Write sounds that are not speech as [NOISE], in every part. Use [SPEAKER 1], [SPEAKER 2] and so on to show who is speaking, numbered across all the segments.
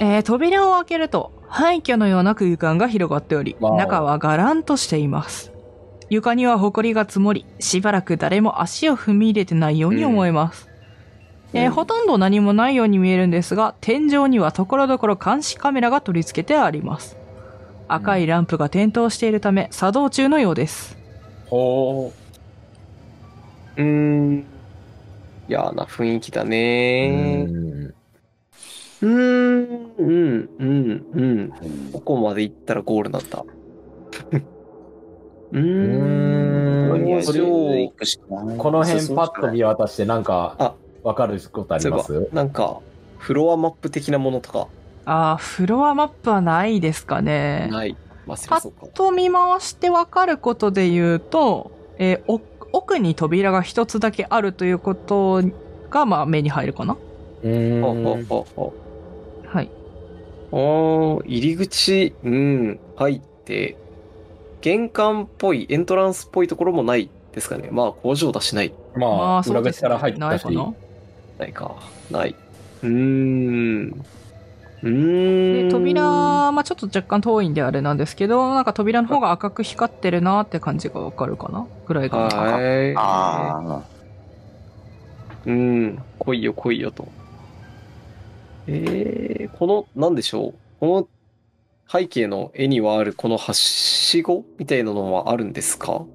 [SPEAKER 1] えー扉を開けると廃墟のような空間が広がっており、
[SPEAKER 2] わお
[SPEAKER 1] 中はがらんとしています。床には埃が積もり、しばらく誰も足を踏み入れてないように思えます。えー
[SPEAKER 2] うん
[SPEAKER 1] ほとんど何もないように見えるんですが、天井にはところどころ監視カメラが取り付けてあります。赤いランプが点灯しているため、作動中のようです。
[SPEAKER 2] ほう。うーん。嫌な雰囲気だね
[SPEAKER 3] うん
[SPEAKER 2] うーん、うん、うん、うん。どこまで行ったらゴールなんだうーん。
[SPEAKER 3] うーん
[SPEAKER 2] いや
[SPEAKER 4] とりあえず行くしかない
[SPEAKER 3] この辺パッと見渡してなんか
[SPEAKER 2] あ
[SPEAKER 3] わかることあります
[SPEAKER 2] そういえばなんか、フロアマップ的なものとか
[SPEAKER 1] あー、フロアマップはないですかね。
[SPEAKER 2] ない。まあ、そりゃそうか
[SPEAKER 1] ちょっ。と見回してわかることで言うと、えーお奥に扉が一つだけあるということが、まあ、目に入るかな。
[SPEAKER 3] うー
[SPEAKER 2] ほうんほうほうほう
[SPEAKER 1] はい。
[SPEAKER 2] ああ、入り口、うん、入って、玄関っぽい、エントランスっぽいところもないですかね。まあ、工場だしない。
[SPEAKER 3] まあ、
[SPEAKER 1] そ
[SPEAKER 3] 裏
[SPEAKER 1] うです
[SPEAKER 3] 口から入ったし
[SPEAKER 1] ないかな。
[SPEAKER 2] ないか。ない。うーん。うー
[SPEAKER 1] で、
[SPEAKER 2] ん。
[SPEAKER 1] 扉、まあ、ちょっと若干遠いんであれなんですけど、なんか扉の方が赤く光ってるなって感じがわかるかなぐらいかな。
[SPEAKER 2] はい。
[SPEAKER 4] あ
[SPEAKER 2] うん。来いよ来いよと。えー、この、なんでしょう。この背景の絵にはあるこのはしごみたいなのはあるんですか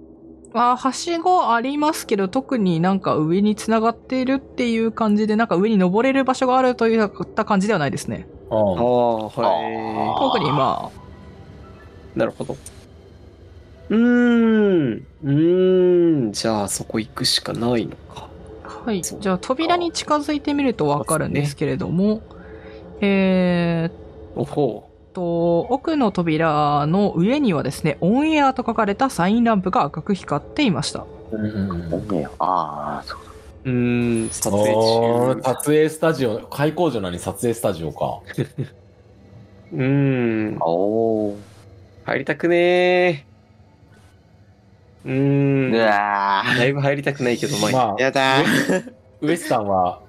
[SPEAKER 1] まあ、はしごありますけど、特になんか上に繋がっているっていう感じで、なんか上に登れる場所があるといった感じではないですね。
[SPEAKER 2] あ
[SPEAKER 3] うん
[SPEAKER 2] あ、はい。
[SPEAKER 1] 特にま
[SPEAKER 2] なるほど。うーん、うーん、じゃあそこ行くしかないのか。
[SPEAKER 1] あ、はい。
[SPEAKER 2] そう
[SPEAKER 1] じゃあ扉に近づいてみるとわかるんですけれども、えーっ
[SPEAKER 2] おほ
[SPEAKER 1] と、奥の扉の上にはですね、オンエアと書かれたサインランプが赤く光っていました。
[SPEAKER 3] うん
[SPEAKER 4] あ、オンエア。ああ、そう
[SPEAKER 2] う。うーん、撮
[SPEAKER 3] お
[SPEAKER 2] 影
[SPEAKER 3] ー
[SPEAKER 2] 中。
[SPEAKER 3] 撮影スタジオ、開工所なのに撮影スタジオか。
[SPEAKER 2] うーん
[SPEAKER 4] か。、おー。
[SPEAKER 2] 入りたくねー。うーん、
[SPEAKER 4] うわ
[SPEAKER 2] だいぶ入りたくないけど、まあ、
[SPEAKER 3] まあ、
[SPEAKER 4] ー。やだー。
[SPEAKER 3] ウエスさんは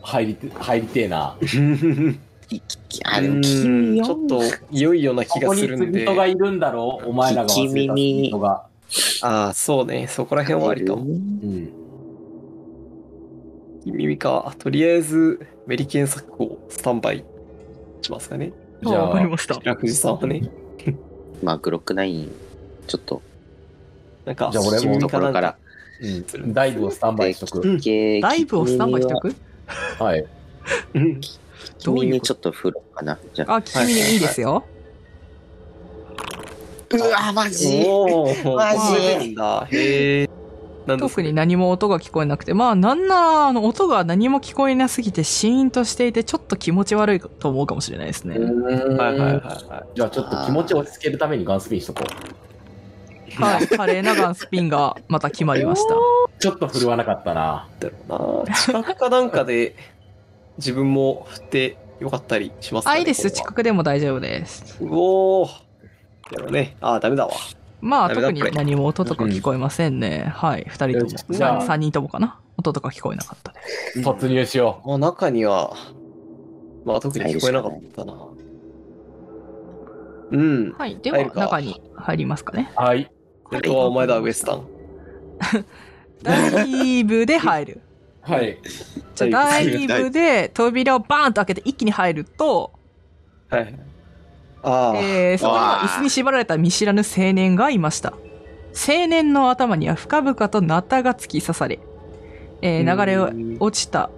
[SPEAKER 3] 入りて、入りてえな。
[SPEAKER 4] ききあで
[SPEAKER 2] うー
[SPEAKER 4] も
[SPEAKER 2] ん
[SPEAKER 4] 君よ
[SPEAKER 2] ちょっと、いよいよな気がするん
[SPEAKER 3] ここ
[SPEAKER 2] で。
[SPEAKER 3] に釣り人がいるんだろうお前らが忘れた
[SPEAKER 4] 聞き耳
[SPEAKER 3] 釣り人が。
[SPEAKER 2] ああ、そうね。そこら辺は割と。
[SPEAKER 3] うん。
[SPEAKER 2] 耳か。とりあえず、メリケン作をスタンバイしますかね。
[SPEAKER 3] じゃ
[SPEAKER 1] わかり
[SPEAKER 3] あ、
[SPEAKER 1] ました。
[SPEAKER 2] 白藤さんはね。
[SPEAKER 4] まあ、グロックナイン、ちょっと、
[SPEAKER 2] なんか、
[SPEAKER 3] じゃあ俺も
[SPEAKER 4] そういう
[SPEAKER 2] 耳
[SPEAKER 4] ところか
[SPEAKER 2] なん
[SPEAKER 4] ら。
[SPEAKER 3] うん、ダイブをスタンバイしとく。
[SPEAKER 4] で
[SPEAKER 1] ライブをスタンバイしておく
[SPEAKER 3] はい。
[SPEAKER 2] うん
[SPEAKER 1] どう
[SPEAKER 4] 君
[SPEAKER 1] いう
[SPEAKER 4] に
[SPEAKER 1] こ
[SPEAKER 4] ちょっと振ろうかな。じゃあ。
[SPEAKER 1] とあ、君にいいですよ。
[SPEAKER 4] うわ、マ
[SPEAKER 2] おお、
[SPEAKER 4] マジ
[SPEAKER 2] なんだ。へえ。なんだ
[SPEAKER 1] 特に何も音が聞こえなくて、まあなんならあの音が何も聞こえなすぎてシーンとしていてちょっと気持ち悪いと思うかもしれないですね。
[SPEAKER 2] はいはいはいは
[SPEAKER 3] じゃあ、ちょっと気持ち落ち着けるためにガンスピンしとこう。
[SPEAKER 1] はい。華麗なガンスピンがまた決まりました。
[SPEAKER 3] ちょっと振るわなかったな。
[SPEAKER 2] い。だろうな。近くかなんかで自分も振ってよかったりしますか
[SPEAKER 1] あ、
[SPEAKER 2] ね
[SPEAKER 1] いいですよ。
[SPEAKER 2] こ
[SPEAKER 1] 近くでも大丈夫です。
[SPEAKER 2] こはうおー。やろうね。あー、ダメだわ。
[SPEAKER 1] まあ
[SPEAKER 2] ダメだ
[SPEAKER 1] 特に
[SPEAKER 2] これ
[SPEAKER 1] 何も音とか聞こえませんね。はい。二人とも。
[SPEAKER 3] じゃあ
[SPEAKER 1] 三人ともかな。音とか聞こえなかったです。
[SPEAKER 3] 突入しよ
[SPEAKER 2] まあ中には、まあ特に聞こえなかったな。うん。
[SPEAKER 1] はい。で
[SPEAKER 2] 入
[SPEAKER 1] は
[SPEAKER 2] るか
[SPEAKER 1] 中に入りますかね。
[SPEAKER 3] う。はい。
[SPEAKER 2] 本当はお前だ、ウエスタン。
[SPEAKER 1] ダイブで入る。
[SPEAKER 3] はい。
[SPEAKER 1] じゃあダイブで扉をバーンと開けて一気に入ると、
[SPEAKER 2] はい。ああ、
[SPEAKER 1] えー、そこには
[SPEAKER 4] わあ
[SPEAKER 1] 椅子に縛られた見知らぬ青年がいました。青年の頭には深々とナタが突き刺され、えー流れを
[SPEAKER 2] うん
[SPEAKER 1] 落ちた、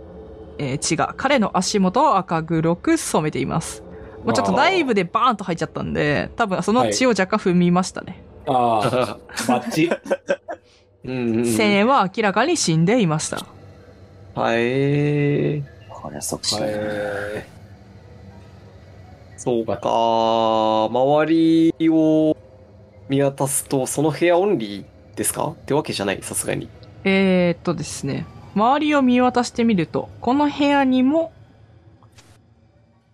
[SPEAKER 1] えー血が彼の足元を赤黒く染めています。もうちょっとダイブでバーンと入っちゃったんで、多分その血を若干踏みましたね。
[SPEAKER 3] ああ、バッチ。
[SPEAKER 2] うんうん。
[SPEAKER 1] 青年は明らかに死んでいました。
[SPEAKER 2] はい。
[SPEAKER 4] これは即死だな。
[SPEAKER 3] え
[SPEAKER 2] そうか、周りを見渡すと、その部屋オンリーですかってわけじゃない、さすがに。
[SPEAKER 1] えー、っとですね、周りを見渡してみると、この部屋にも、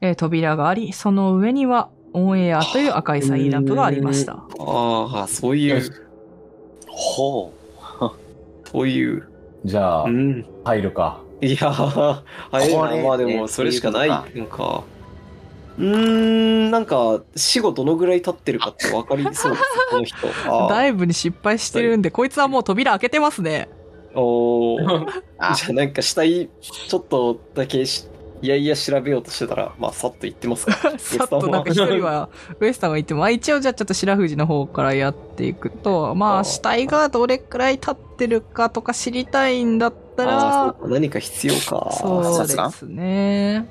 [SPEAKER 1] えー扉があり、その上にはオンエアという赤いサインランプがありました。
[SPEAKER 2] ああ、そうい
[SPEAKER 3] よし
[SPEAKER 2] う、
[SPEAKER 4] ほ
[SPEAKER 2] そういう。
[SPEAKER 3] ーじゃあ
[SPEAKER 2] う、ん。
[SPEAKER 3] 入るか。
[SPEAKER 2] いやー、あれ
[SPEAKER 4] これ
[SPEAKER 2] まあで
[SPEAKER 4] ね
[SPEAKER 2] も、それしかない
[SPEAKER 4] って
[SPEAKER 2] のか。うーん、なんか、死後どのぐらい経ってるかって分かりそうです、この人。
[SPEAKER 1] [LAUGHS]
[SPEAKER 2] あー
[SPEAKER 1] ダイブに失敗してるんで、こいつはもう扉開けてますね。
[SPEAKER 2] おー。
[SPEAKER 4] あ
[SPEAKER 2] じゃあなんか死体、ちょっとだけし、いやいや調べようとしてたら、まあ、さっと言ってますから。
[SPEAKER 1] さっとなんか一人は、ウエスタンが言っても、あ、一応じゃあちょっと白藤の方からやっていくと、ま
[SPEAKER 2] あ
[SPEAKER 1] あ
[SPEAKER 2] ー
[SPEAKER 1] 死体がどれくらい経ってるかとか知りたい [LAUGHS] んだった
[SPEAKER 2] ああ
[SPEAKER 1] ら
[SPEAKER 2] ー、、そうか何か必要か。
[SPEAKER 1] そう
[SPEAKER 4] 察
[SPEAKER 1] で
[SPEAKER 4] 眼
[SPEAKER 1] すね。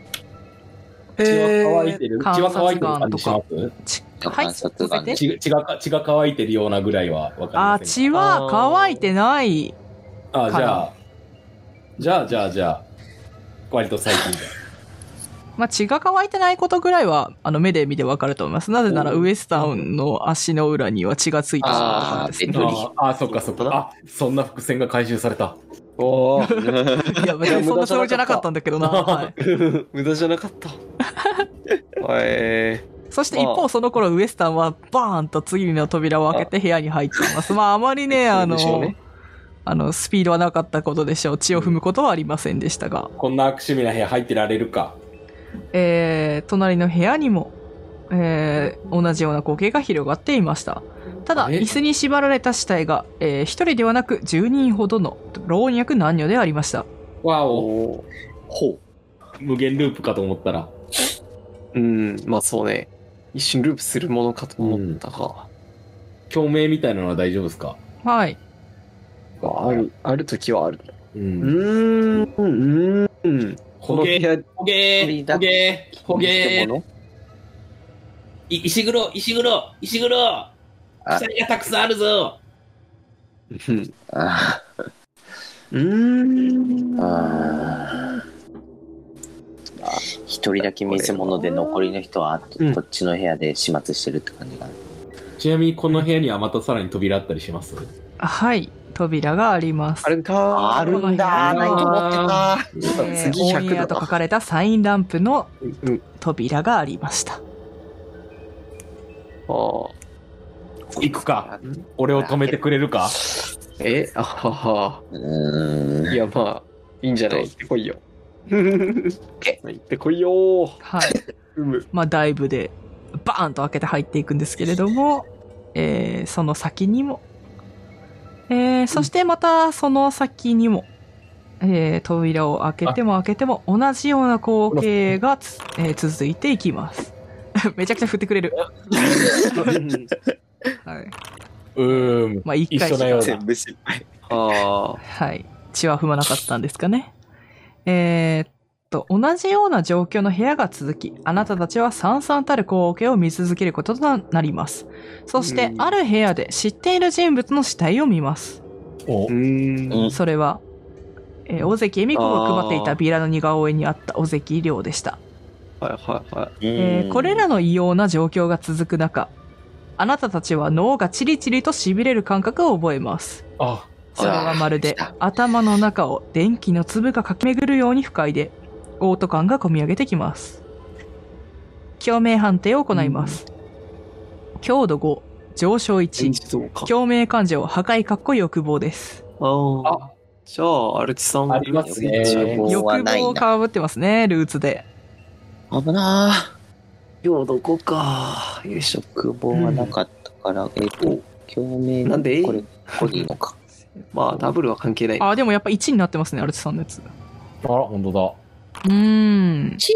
[SPEAKER 3] 血は乾いてる、
[SPEAKER 1] えー
[SPEAKER 3] 血は乾いてる感じしま
[SPEAKER 1] ち
[SPEAKER 4] あ
[SPEAKER 1] はい、
[SPEAKER 4] 察眼
[SPEAKER 1] させて
[SPEAKER 3] す血血が血が乾いてるようなぐらいはわ
[SPEAKER 1] あー、
[SPEAKER 3] かりません
[SPEAKER 1] 血は乾いてない。
[SPEAKER 3] ああ、
[SPEAKER 1] か
[SPEAKER 3] じゃ
[SPEAKER 1] ら
[SPEAKER 3] あ、じゃあ、じゃあ、じゃあ、割と最近じ
[SPEAKER 1] まあ、血が乾いてないことぐらいは、あの、目で見てわかると思います。なぜなら、
[SPEAKER 2] お
[SPEAKER 1] ウエスタンの足の裏には血がついてしまったからです
[SPEAKER 4] う
[SPEAKER 3] ゃ
[SPEAKER 4] ん
[SPEAKER 1] ね。
[SPEAKER 3] ん。ああ、そっかそっか。あ、そんな伏線が回収された。
[SPEAKER 2] おー
[SPEAKER 1] いや、別にそんなつもりじゃなかったんだけどな。はい
[SPEAKER 2] [LAUGHS] 無駄じゃなかった。え
[SPEAKER 1] そして一方、その頃、ウエスタンは、バーンと次の扉を開けて部屋に入っています。まあ、あまりね、あ
[SPEAKER 2] [LAUGHS] そうでしょう
[SPEAKER 1] の
[SPEAKER 2] ね、
[SPEAKER 1] あの、スピードはなかったことでしょう。血を踏むことはありませんでしたが。
[SPEAKER 3] こんな悪趣味な部屋入ってられるか。
[SPEAKER 1] えー、隣の部屋にも、えー、同じような光景が広がっていました。ただ、
[SPEAKER 3] え
[SPEAKER 1] 椅子に縛られた死体が、えー、一人ではなく10人ほどの老若男女でありました。
[SPEAKER 3] わ
[SPEAKER 2] ー、
[SPEAKER 3] お、
[SPEAKER 2] おー
[SPEAKER 3] ほう。無限ループかと思ったら。
[SPEAKER 2] うん、まあそうね。一瞬ループするものかと思ったが、
[SPEAKER 3] 共鳴みたいなのは大丈夫ですか
[SPEAKER 1] はい。
[SPEAKER 2] まあある、ある時はある。
[SPEAKER 3] う。
[SPEAKER 2] うんーん、うーん。こ
[SPEAKER 3] ほ
[SPEAKER 2] の部
[SPEAKER 3] げー、
[SPEAKER 2] 屋、
[SPEAKER 3] ほげー、ほげー、ほげー。い石黒、石黒、石黒
[SPEAKER 4] あ
[SPEAKER 3] 鎖がたくさんあるぞ
[SPEAKER 2] うん
[SPEAKER 4] あ
[SPEAKER 2] うーん。
[SPEAKER 4] あ一人だけ見せ物で残りの人は
[SPEAKER 2] うん
[SPEAKER 4] こっちの部屋で始末してるって感じかな、
[SPEAKER 3] ちなみにこの部屋にはまたさらに扉あったりします
[SPEAKER 1] はい。扉があります。
[SPEAKER 2] あるんか
[SPEAKER 4] あるんだ
[SPEAKER 1] この部屋
[SPEAKER 4] ないと思ってた
[SPEAKER 1] え
[SPEAKER 2] ー
[SPEAKER 1] ー、
[SPEAKER 2] 次
[SPEAKER 1] オン
[SPEAKER 2] 100
[SPEAKER 1] エア
[SPEAKER 2] だ
[SPEAKER 1] と書
[SPEAKER 2] な。
[SPEAKER 1] かれたサインランプの
[SPEAKER 2] うん、
[SPEAKER 1] 扉がありました。
[SPEAKER 2] あー
[SPEAKER 3] 行くか俺を止めてくれるか
[SPEAKER 2] え、あはは。
[SPEAKER 4] うーん
[SPEAKER 2] いや、まあ、いいんじゃない行ってこいよ。行ってこいよー。
[SPEAKER 1] はい。
[SPEAKER 2] うむ。
[SPEAKER 1] まあ、ダイブでバーンと開けて入っていくんですけれども、えーその先にも、えーそしてまたその先にも、えー扉を開けても開けても同じような光景がつ、えー続いていきます。 [LAUGHS] めちゃくちゃ振ってくれる。はい、
[SPEAKER 3] うーん
[SPEAKER 1] まあ、一回
[SPEAKER 3] 一緒だよ
[SPEAKER 4] 全部失敗
[SPEAKER 2] あ
[SPEAKER 1] はい。血は踏まなかったんですかね。えーっと、同じような状況の部屋が続き、あなたたちはさ々たる光景を見続けることとなります。そして
[SPEAKER 2] う、ん
[SPEAKER 1] ある部屋で知っている人物の死体を見ます。
[SPEAKER 3] お
[SPEAKER 2] ー。ん
[SPEAKER 4] うん
[SPEAKER 1] それは、えー、尾関恵美子が配っていたビラの似顔絵にあった尾関亮でした。
[SPEAKER 2] はいはいはい。
[SPEAKER 1] えーこれら
[SPEAKER 4] の
[SPEAKER 1] の異様な状況が続く中、あなたたちは脳がチリチリと痺れる感覚を覚えます。
[SPEAKER 3] あ
[SPEAKER 1] それはまるで
[SPEAKER 4] 来た
[SPEAKER 1] 頭の中を電気の粒が駆け巡るように不快で、オート感がこみ上げてきます。共鳴判定を行います。強度5、上昇
[SPEAKER 2] 人
[SPEAKER 1] 1、
[SPEAKER 2] 事どうか。
[SPEAKER 1] 共鳴感情、破壊かっこ欲望です。
[SPEAKER 2] あー
[SPEAKER 3] あ
[SPEAKER 2] じゃあ、アルチさん。
[SPEAKER 3] ありますね
[SPEAKER 2] も
[SPEAKER 4] 欲
[SPEAKER 1] 欲
[SPEAKER 4] 望はないな
[SPEAKER 1] 望をかぶってますね、ルーツで。
[SPEAKER 4] 危なあ
[SPEAKER 2] 今日どこか。よいしょ。
[SPEAKER 4] 欲望はなかったから、えっと共鳴
[SPEAKER 2] なんで
[SPEAKER 4] これここでいいのか
[SPEAKER 2] まあ、ダブルは関係ない。
[SPEAKER 1] あ、でもやっぱ1になってますね、アルチさんのやつ。う
[SPEAKER 3] あら本当だ
[SPEAKER 1] ーん、
[SPEAKER 4] チ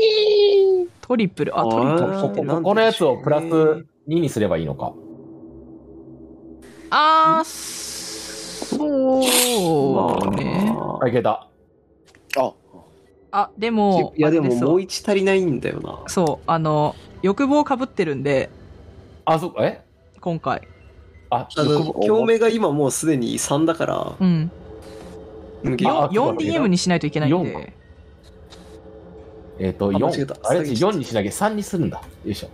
[SPEAKER 4] ーン
[SPEAKER 1] トリプル、あ、トリプル。
[SPEAKER 2] あー
[SPEAKER 3] ここ
[SPEAKER 2] なんでしょうね
[SPEAKER 3] ここのやつをプラス2にすればいいのか
[SPEAKER 1] あー、そうね。
[SPEAKER 2] まあ
[SPEAKER 3] あいけた
[SPEAKER 4] あ
[SPEAKER 1] あ、でも、
[SPEAKER 2] いや、でももう
[SPEAKER 1] 一
[SPEAKER 2] 1足りないんだよな。
[SPEAKER 1] そう、あの、欲望かぶってるんで、
[SPEAKER 3] あそっかえ
[SPEAKER 1] 今回。
[SPEAKER 3] あ
[SPEAKER 2] あの、共鳴が今もうすでに3だから、
[SPEAKER 1] うん。
[SPEAKER 2] 抜けよ
[SPEAKER 3] あそうだ
[SPEAKER 1] 4DM にしないといけないん
[SPEAKER 3] 4
[SPEAKER 1] で。
[SPEAKER 3] えっと
[SPEAKER 2] あ間違えた
[SPEAKER 3] 4あれ
[SPEAKER 2] 下げちゃった
[SPEAKER 3] 4にしなきゃ3にするんだよいしょ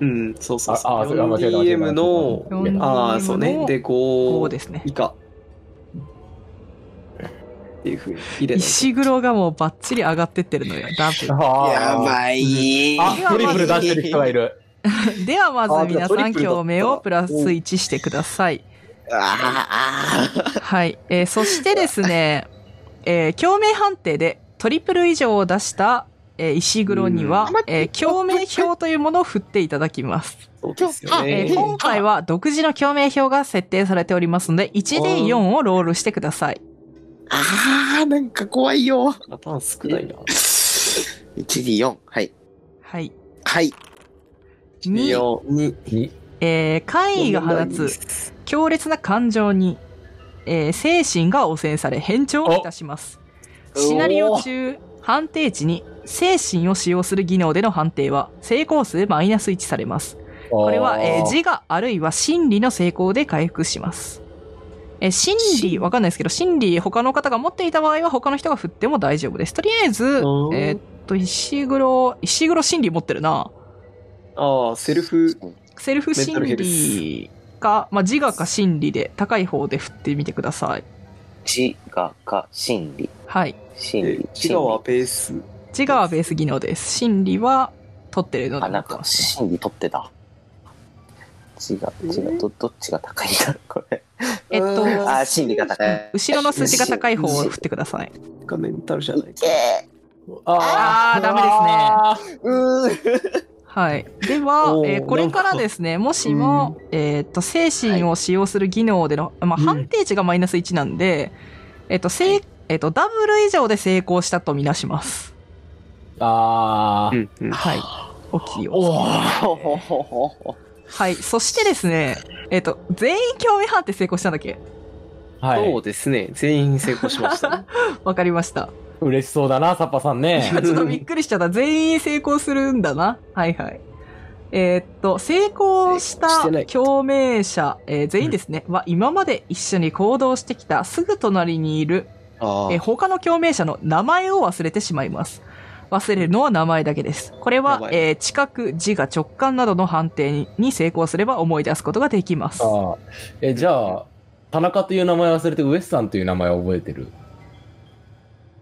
[SPEAKER 2] う。うん、そうそう
[SPEAKER 3] あ
[SPEAKER 2] そう。
[SPEAKER 3] あそれは間違えた間違えた
[SPEAKER 2] 4DM の、
[SPEAKER 3] 間違えた
[SPEAKER 2] ああ、そうね。で、
[SPEAKER 1] 5
[SPEAKER 2] 5
[SPEAKER 1] ですね。
[SPEAKER 2] 以下。っていうふうに入れないと。
[SPEAKER 1] 石黒がもうバッチリ上がってってるのよ、ダ
[SPEAKER 3] あー
[SPEAKER 4] やばい
[SPEAKER 3] あトリプル出してる人がいる
[SPEAKER 1] ブル。ではまず皆さ
[SPEAKER 2] あ
[SPEAKER 1] ん、
[SPEAKER 2] じゃあ
[SPEAKER 1] 共鳴をプラス1してください。
[SPEAKER 4] あーあ
[SPEAKER 1] はい。えー [LAUGHS] そしてですね、えー共鳴判定でトリプル以上を出した、えー石黒には
[SPEAKER 5] うん待、っ
[SPEAKER 1] え
[SPEAKER 5] て
[SPEAKER 1] ー共鳴票というものを振っていただきます。
[SPEAKER 2] そうですよ
[SPEAKER 1] え
[SPEAKER 2] ね。
[SPEAKER 1] ー今回は独自の共鳴票が設定されておりますので、1D4 をロールしてください。
[SPEAKER 5] あー、なんか怖いよ。
[SPEAKER 2] パターン少ないな。
[SPEAKER 5] 1D4。はい。
[SPEAKER 1] はい。
[SPEAKER 5] はい。
[SPEAKER 1] に、
[SPEAKER 2] よに、
[SPEAKER 1] えー、怪異が放つ強烈な感情に、えー精神が汚染され変調いたします。シナリオ中、判定値に精神を使用する技能での判定は成功数マイナス1されます。これは、えー自我あるいは心理の成功で回復します。えー心理、わかんないですけど、心理他の方が持っていた場合は他の人が振っても大丈夫です。とりあえず、
[SPEAKER 2] うん
[SPEAKER 1] えーっと、石黒、石黒心理持ってるな。
[SPEAKER 2] ああ、セルフ、
[SPEAKER 1] セルフ心
[SPEAKER 2] メンタル
[SPEAKER 1] 理か、まあ、自我か心理で高い方で振ってみてください。
[SPEAKER 4] 自我か心理。
[SPEAKER 1] はい。
[SPEAKER 4] 心
[SPEAKER 2] え
[SPEAKER 4] 理。
[SPEAKER 2] 自我はベース。
[SPEAKER 1] 自我はベース技能です。心理は取ってるの
[SPEAKER 4] 心理
[SPEAKER 1] で。
[SPEAKER 4] あ、なんか心理取ってた。自我、自我、ど、どっちが高いんだろうこれ。
[SPEAKER 1] えっと
[SPEAKER 2] うーん
[SPEAKER 4] あ、心理が高い。
[SPEAKER 1] 後ろの数字が高い方を振ってください。
[SPEAKER 2] がメンタルじゃない。
[SPEAKER 1] あーダメ
[SPEAKER 3] ですね。
[SPEAKER 4] うー
[SPEAKER 1] はい。では
[SPEAKER 2] お、ー
[SPEAKER 1] えーこれからですね、もしも、えーっと、精神を使用する技能での、まあ、
[SPEAKER 2] うん
[SPEAKER 1] 判定値がマイナス1なんで、えーっと、せい、えーっと、ダブル以上で成功したとみなします。
[SPEAKER 3] ああ。
[SPEAKER 2] ん、うん。
[SPEAKER 1] はい。おきを。
[SPEAKER 3] お
[SPEAKER 4] ほほほほほ
[SPEAKER 1] はい。そしてですね、えっ、と、全員共鳴判定成功したんだっけ
[SPEAKER 3] お。は
[SPEAKER 2] そ
[SPEAKER 3] い。
[SPEAKER 2] うですね。全員成功しま
[SPEAKER 3] [LAUGHS]
[SPEAKER 2] したね。
[SPEAKER 1] わかりました。
[SPEAKER 3] 嬉しそうだな、サッパさんね
[SPEAKER 1] ちょ。っとびっくりしちゃった。全員成功するんだな。はいはい。えーっと、成功した
[SPEAKER 2] してない
[SPEAKER 1] 共鳴者、えー全員ですね、は今まで一緒に行動してきたすぐ隣にいる、
[SPEAKER 2] あ
[SPEAKER 1] えー他の共鳴者の名前を忘れてしまいます。忘れるのは名前だけです。これは
[SPEAKER 2] 名、前
[SPEAKER 1] えー知覚、自我、直感などの判定にに成功すれば思い出すことができます。
[SPEAKER 3] [LAUGHS] ああえ、じゃあ、田中という名前忘れて、ウエスさんという名前を覚えてる。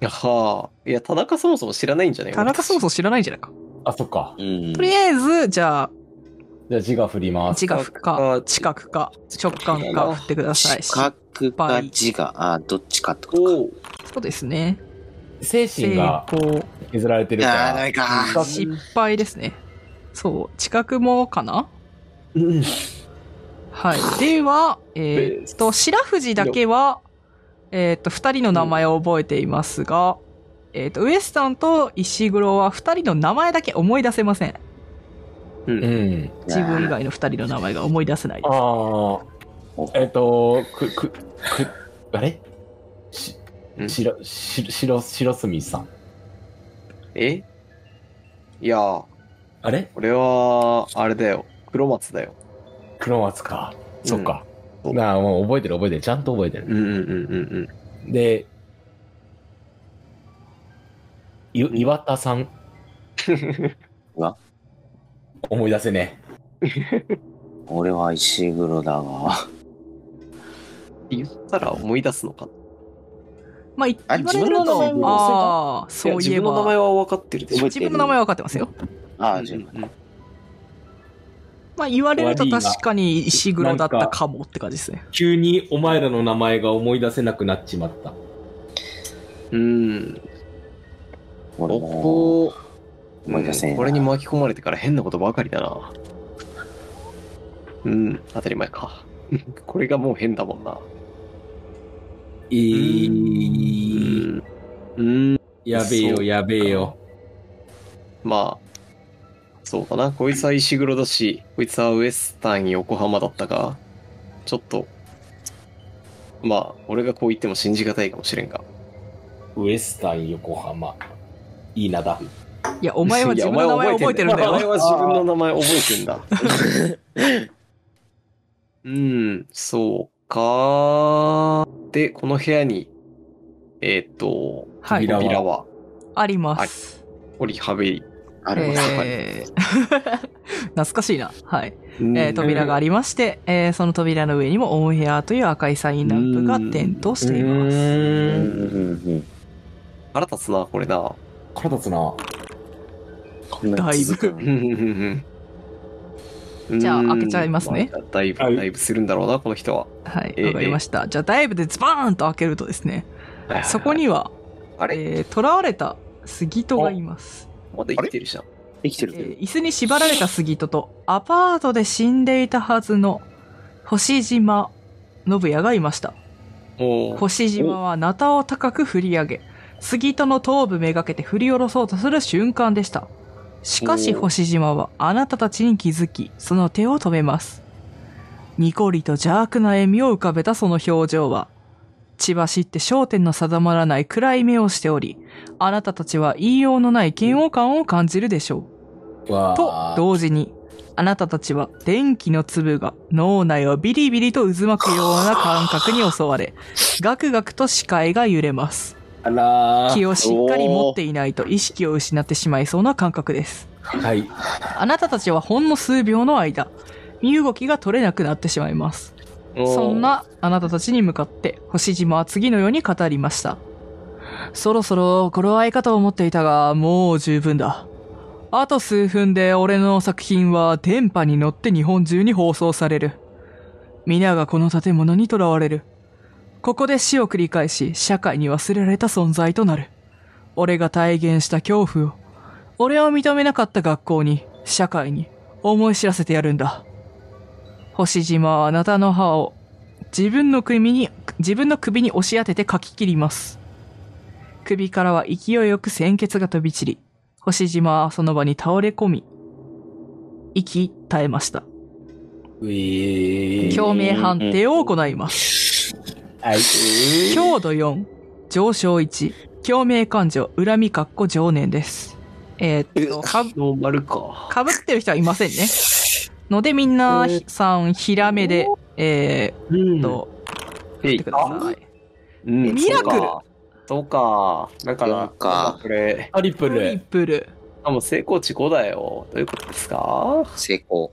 [SPEAKER 2] あ。はあ。いや、田中そもそも知らないんじゃない
[SPEAKER 1] 田中そもそも知らないんじゃないか。
[SPEAKER 3] あ、そっか。
[SPEAKER 4] うん
[SPEAKER 1] とりあえず、じゃあ、
[SPEAKER 3] じゃあ、字が振ります。
[SPEAKER 1] 自我か、知覚か、直感か振ってください。
[SPEAKER 4] 視
[SPEAKER 1] そ
[SPEAKER 4] 覚か自我、あ、どっちかってことか。
[SPEAKER 2] おう
[SPEAKER 1] うですね。
[SPEAKER 3] 精神が
[SPEAKER 1] 功。
[SPEAKER 3] 削られてるか
[SPEAKER 4] あー、ダ
[SPEAKER 3] ら。
[SPEAKER 4] メか。
[SPEAKER 3] あ
[SPEAKER 1] 失敗ですね。そう。知覚もかな
[SPEAKER 2] うん。
[SPEAKER 1] はい。では、えーっと、
[SPEAKER 2] ベー
[SPEAKER 1] 白藤だけは、えーっと、二人の名前を覚えていますが、えーっと、ウエスタンと石黒は二人の名前だけ思い出せません。
[SPEAKER 3] うん。
[SPEAKER 1] 自分以外の二人の名前が思い出せないです。
[SPEAKER 3] ああ。えっと、く、く、く、あれし
[SPEAKER 2] うん、
[SPEAKER 3] しろ、しろ、しろ、しろすみさん。
[SPEAKER 2] えいや、
[SPEAKER 3] あれ
[SPEAKER 2] 俺は、あれだよ。黒松だよ。
[SPEAKER 3] 黒松か。そっか。
[SPEAKER 2] うん
[SPEAKER 3] なあ、もう覚えてる覚えてる。ちゃんと覚えてる
[SPEAKER 2] う。んうんうんうん
[SPEAKER 3] で、い岩田
[SPEAKER 1] [LAUGHS]
[SPEAKER 3] さん。
[SPEAKER 4] わ
[SPEAKER 3] 思い出せね。
[SPEAKER 4] 俺は石黒だが。
[SPEAKER 2] うん。言ったら思い出すのかな。
[SPEAKER 1] まあ、い
[SPEAKER 4] あ
[SPEAKER 1] 言われると、
[SPEAKER 4] 自分の名前も忘れた
[SPEAKER 1] ああ、
[SPEAKER 2] いや
[SPEAKER 1] そうい
[SPEAKER 2] 自
[SPEAKER 1] え
[SPEAKER 2] 分の名前
[SPEAKER 1] ば。
[SPEAKER 2] は分かってるでしょ。
[SPEAKER 1] 自分の名前は分かってますよ。
[SPEAKER 4] あ
[SPEAKER 2] う
[SPEAKER 4] ー、
[SPEAKER 2] ん
[SPEAKER 4] 自分。
[SPEAKER 2] うんうん
[SPEAKER 1] まあ言われると確かに石黒だったかもって感じですね。
[SPEAKER 3] 急にお前らの名前が思い出せなくなっちまった。
[SPEAKER 2] うん。
[SPEAKER 4] 俺
[SPEAKER 2] こ
[SPEAKER 4] も
[SPEAKER 2] こ、
[SPEAKER 4] 思い出せ
[SPEAKER 2] う
[SPEAKER 4] んなん
[SPEAKER 2] これに巻き込まれてから変なことばかりだな。うん、当たり前か。これがもう変だもんな。
[SPEAKER 3] え
[SPEAKER 2] う
[SPEAKER 3] ー、
[SPEAKER 2] ん。うん。
[SPEAKER 3] やべえ
[SPEAKER 2] そ
[SPEAKER 3] よ、
[SPEAKER 2] う
[SPEAKER 3] やべえよ。
[SPEAKER 2] まあ、そうだな。こいつは石黒だし、こいつはウエスタン横浜だったが、ちょっと、まあ、俺がこう言っても信じがたいかもしれんが。
[SPEAKER 3] ウエスタン横浜。いい名だ。
[SPEAKER 1] いや、お前
[SPEAKER 2] [LAUGHS]
[SPEAKER 1] は自分の名前を覚えてるんだ
[SPEAKER 2] お前
[SPEAKER 1] よ。
[SPEAKER 2] は自分の名前覚えてんだ。
[SPEAKER 1] [LAUGHS]
[SPEAKER 2] うん、そうか。で、この部屋に、えーっと、
[SPEAKER 1] はい
[SPEAKER 3] 扉は
[SPEAKER 2] 扉は、
[SPEAKER 1] あります。
[SPEAKER 2] 折りはべり。
[SPEAKER 4] あれも
[SPEAKER 1] えー [LAUGHS] 懐かしいな。はい。えー扉があ
[SPEAKER 2] り
[SPEAKER 1] りまして、えーその扉の上にもオンヘアという赤いサインランプが点灯しています。
[SPEAKER 4] うん
[SPEAKER 3] ー。
[SPEAKER 4] うんんうん。
[SPEAKER 2] 腹立つな、これな。
[SPEAKER 3] 腹立つな。
[SPEAKER 4] こんなの続くの
[SPEAKER 2] うん
[SPEAKER 1] じゃあ開けちゃいますね。
[SPEAKER 2] まあだいぶ、
[SPEAKER 3] はい
[SPEAKER 2] だいぶするんだろうな、この人は。
[SPEAKER 1] はい。
[SPEAKER 2] えー
[SPEAKER 1] わかりました。じゃあダイブでズバーンと開けるとですね、そこ、には、
[SPEAKER 2] あれ
[SPEAKER 1] えー囚われた杉戸がいます。
[SPEAKER 2] まだ生きてるじゃん。
[SPEAKER 5] 生きてる
[SPEAKER 1] えー椅子に縛られた杉戸とアパートで死んでいたはずの星島信也がいました。
[SPEAKER 2] もう、
[SPEAKER 1] 星島はナタを高く振り上げ、杉戸の頭部めがけて振り下ろそうとする瞬間でした。しかし
[SPEAKER 2] おー
[SPEAKER 1] 星島はあなたたちに気づき、その手を止めます。ニコリと邪悪な笑みを浮かべたその表情は、血走って焦点の定まらない暗い目をしており、あなたたちは言いようのない嫌悪感を感じるでしょう。
[SPEAKER 3] わ
[SPEAKER 1] と
[SPEAKER 3] あ
[SPEAKER 1] 同時にあなたたちは電気の粒が脳内をビリビリと渦巻くような感覚に襲われガクガクと視界が揺れます
[SPEAKER 3] あら
[SPEAKER 1] 気
[SPEAKER 3] ー
[SPEAKER 1] をしっかり持っていないと意識を失ってしまいそうな感覚です
[SPEAKER 3] はい
[SPEAKER 1] あなたたちはほんの数秒の間身動きが取れなくなってしまいますそんなあなたたちに向かって星島は次のように語りました。そろそろ頃合いかと思っていたが、もう十分だ。あと数分で俺の作品は電波に乗って日本中に放送される。皆がこの建物に囚われる。ここで死を繰り返し、社会に忘れられた存在となる。俺が体現した恐怖を、俺を認めなかった学校に、社会に、思い知らせてやるんだ。星島はあなたの歯を自分の首に、自分の首に押し当ててかき切ります。首からは勢いよく鮮血が飛び散り、星島はその場に倒れ込み、息絶えました。
[SPEAKER 3] ういー
[SPEAKER 1] 共鳴判定を行います。
[SPEAKER 3] はい
[SPEAKER 1] 強度4、上昇1、共鳴感情、恨みかっこ情念です。えーっと、かぶ、
[SPEAKER 2] ノーマルか。
[SPEAKER 1] かぶってる人はいませんね。のでみんな、
[SPEAKER 5] え
[SPEAKER 1] さん、ひらめで、えー
[SPEAKER 2] うん
[SPEAKER 1] っと、
[SPEAKER 2] え
[SPEAKER 1] 振
[SPEAKER 2] い
[SPEAKER 1] ってください。
[SPEAKER 2] うん
[SPEAKER 1] ミラクル
[SPEAKER 2] そうか。だから、
[SPEAKER 5] そうか
[SPEAKER 2] これ、
[SPEAKER 3] トリプ
[SPEAKER 1] トリ
[SPEAKER 3] ル
[SPEAKER 1] プル、
[SPEAKER 2] あ、もう成功値5だよ。どういうことですか
[SPEAKER 5] 成功。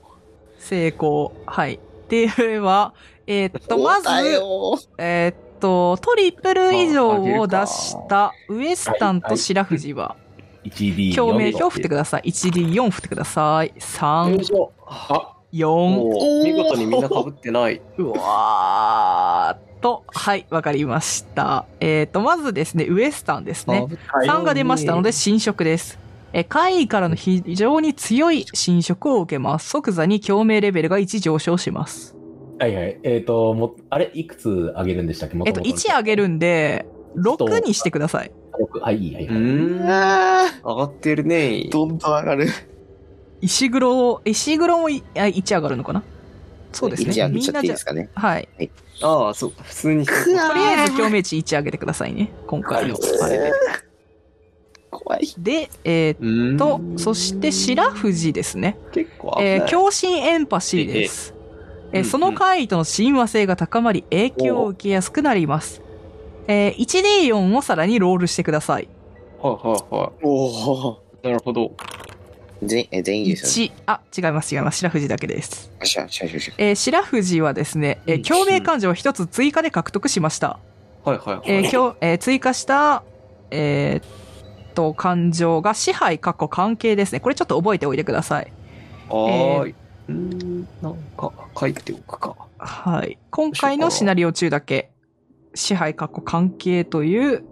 [SPEAKER 1] 成功。はい。では、えーっと、まず、
[SPEAKER 5] そうだよ
[SPEAKER 1] えーっと、トリプル以上
[SPEAKER 2] ま
[SPEAKER 1] を
[SPEAKER 2] ああげるか
[SPEAKER 1] 出したウエスタンと白藤は、
[SPEAKER 3] 1D
[SPEAKER 1] 共鳴
[SPEAKER 2] 表
[SPEAKER 1] 票振ってください。1D4 振ってください。
[SPEAKER 2] よ
[SPEAKER 1] 3
[SPEAKER 2] い、しょ。あ、
[SPEAKER 1] 4、
[SPEAKER 2] も
[SPEAKER 5] おー
[SPEAKER 2] う、見事にみんな被ってない。
[SPEAKER 1] うわーっと、はい、わかりました。えーっと、まずですね、ウエスタンですね。
[SPEAKER 5] はい
[SPEAKER 1] 3が出ましたので侵食です。え、怪異からの非常に強い侵食を受けます。即座に共鳴レベルが1上昇します。
[SPEAKER 3] はいはいえっ、ー、ともあれいくつあげるんでしたっけ
[SPEAKER 1] えっと、1上げるんで、6にしてください。
[SPEAKER 3] 6はいはいは
[SPEAKER 2] う
[SPEAKER 3] い、
[SPEAKER 2] ーん、
[SPEAKER 5] あー
[SPEAKER 2] 上がってるね。
[SPEAKER 5] どんどん上がる。
[SPEAKER 1] 石黒を、石黒もいあ1上がるのかなそうです
[SPEAKER 5] 一
[SPEAKER 1] ね。
[SPEAKER 5] 夜見
[SPEAKER 1] み
[SPEAKER 5] ち
[SPEAKER 1] ん
[SPEAKER 5] ゃっ
[SPEAKER 1] な
[SPEAKER 5] ていいで
[SPEAKER 1] じゃ
[SPEAKER 5] す、かね。
[SPEAKER 1] はい。
[SPEAKER 2] ああ、そうか、普通に。
[SPEAKER 5] くわー
[SPEAKER 1] とりあえず共鳴値1上げてくださいね。今回のあれで。
[SPEAKER 5] 怖い。
[SPEAKER 1] で、えーっ
[SPEAKER 2] うーん
[SPEAKER 1] と、そして白藤ですね。
[SPEAKER 2] 結構危ない。
[SPEAKER 1] えー共振エンパシーです。
[SPEAKER 2] ええ
[SPEAKER 1] えーその怪異との親和性が高まり、影響を受けやすくなります。えー 1D4 をさらにロールしてください。
[SPEAKER 2] はいはいは
[SPEAKER 5] おお。
[SPEAKER 2] い。なるほど。
[SPEAKER 5] 全え全員いいですよね。
[SPEAKER 1] 1、あ、違います、違います。白藤だけです。
[SPEAKER 5] よしゃしゃしゃしゃ。
[SPEAKER 1] えー白藤はですね、え
[SPEAKER 2] うん
[SPEAKER 1] ー共鳴感情を一つ追加で獲得しました。
[SPEAKER 2] はいはいはい。
[SPEAKER 1] えー共えー追加した、えーっと、感情が支配、過去、関係ですね。これちょっと覚えておいてください。
[SPEAKER 2] はーい。うーん、なんか、書いておくか。
[SPEAKER 1] はい。今回のシナリオ中だけ、支配過去関係という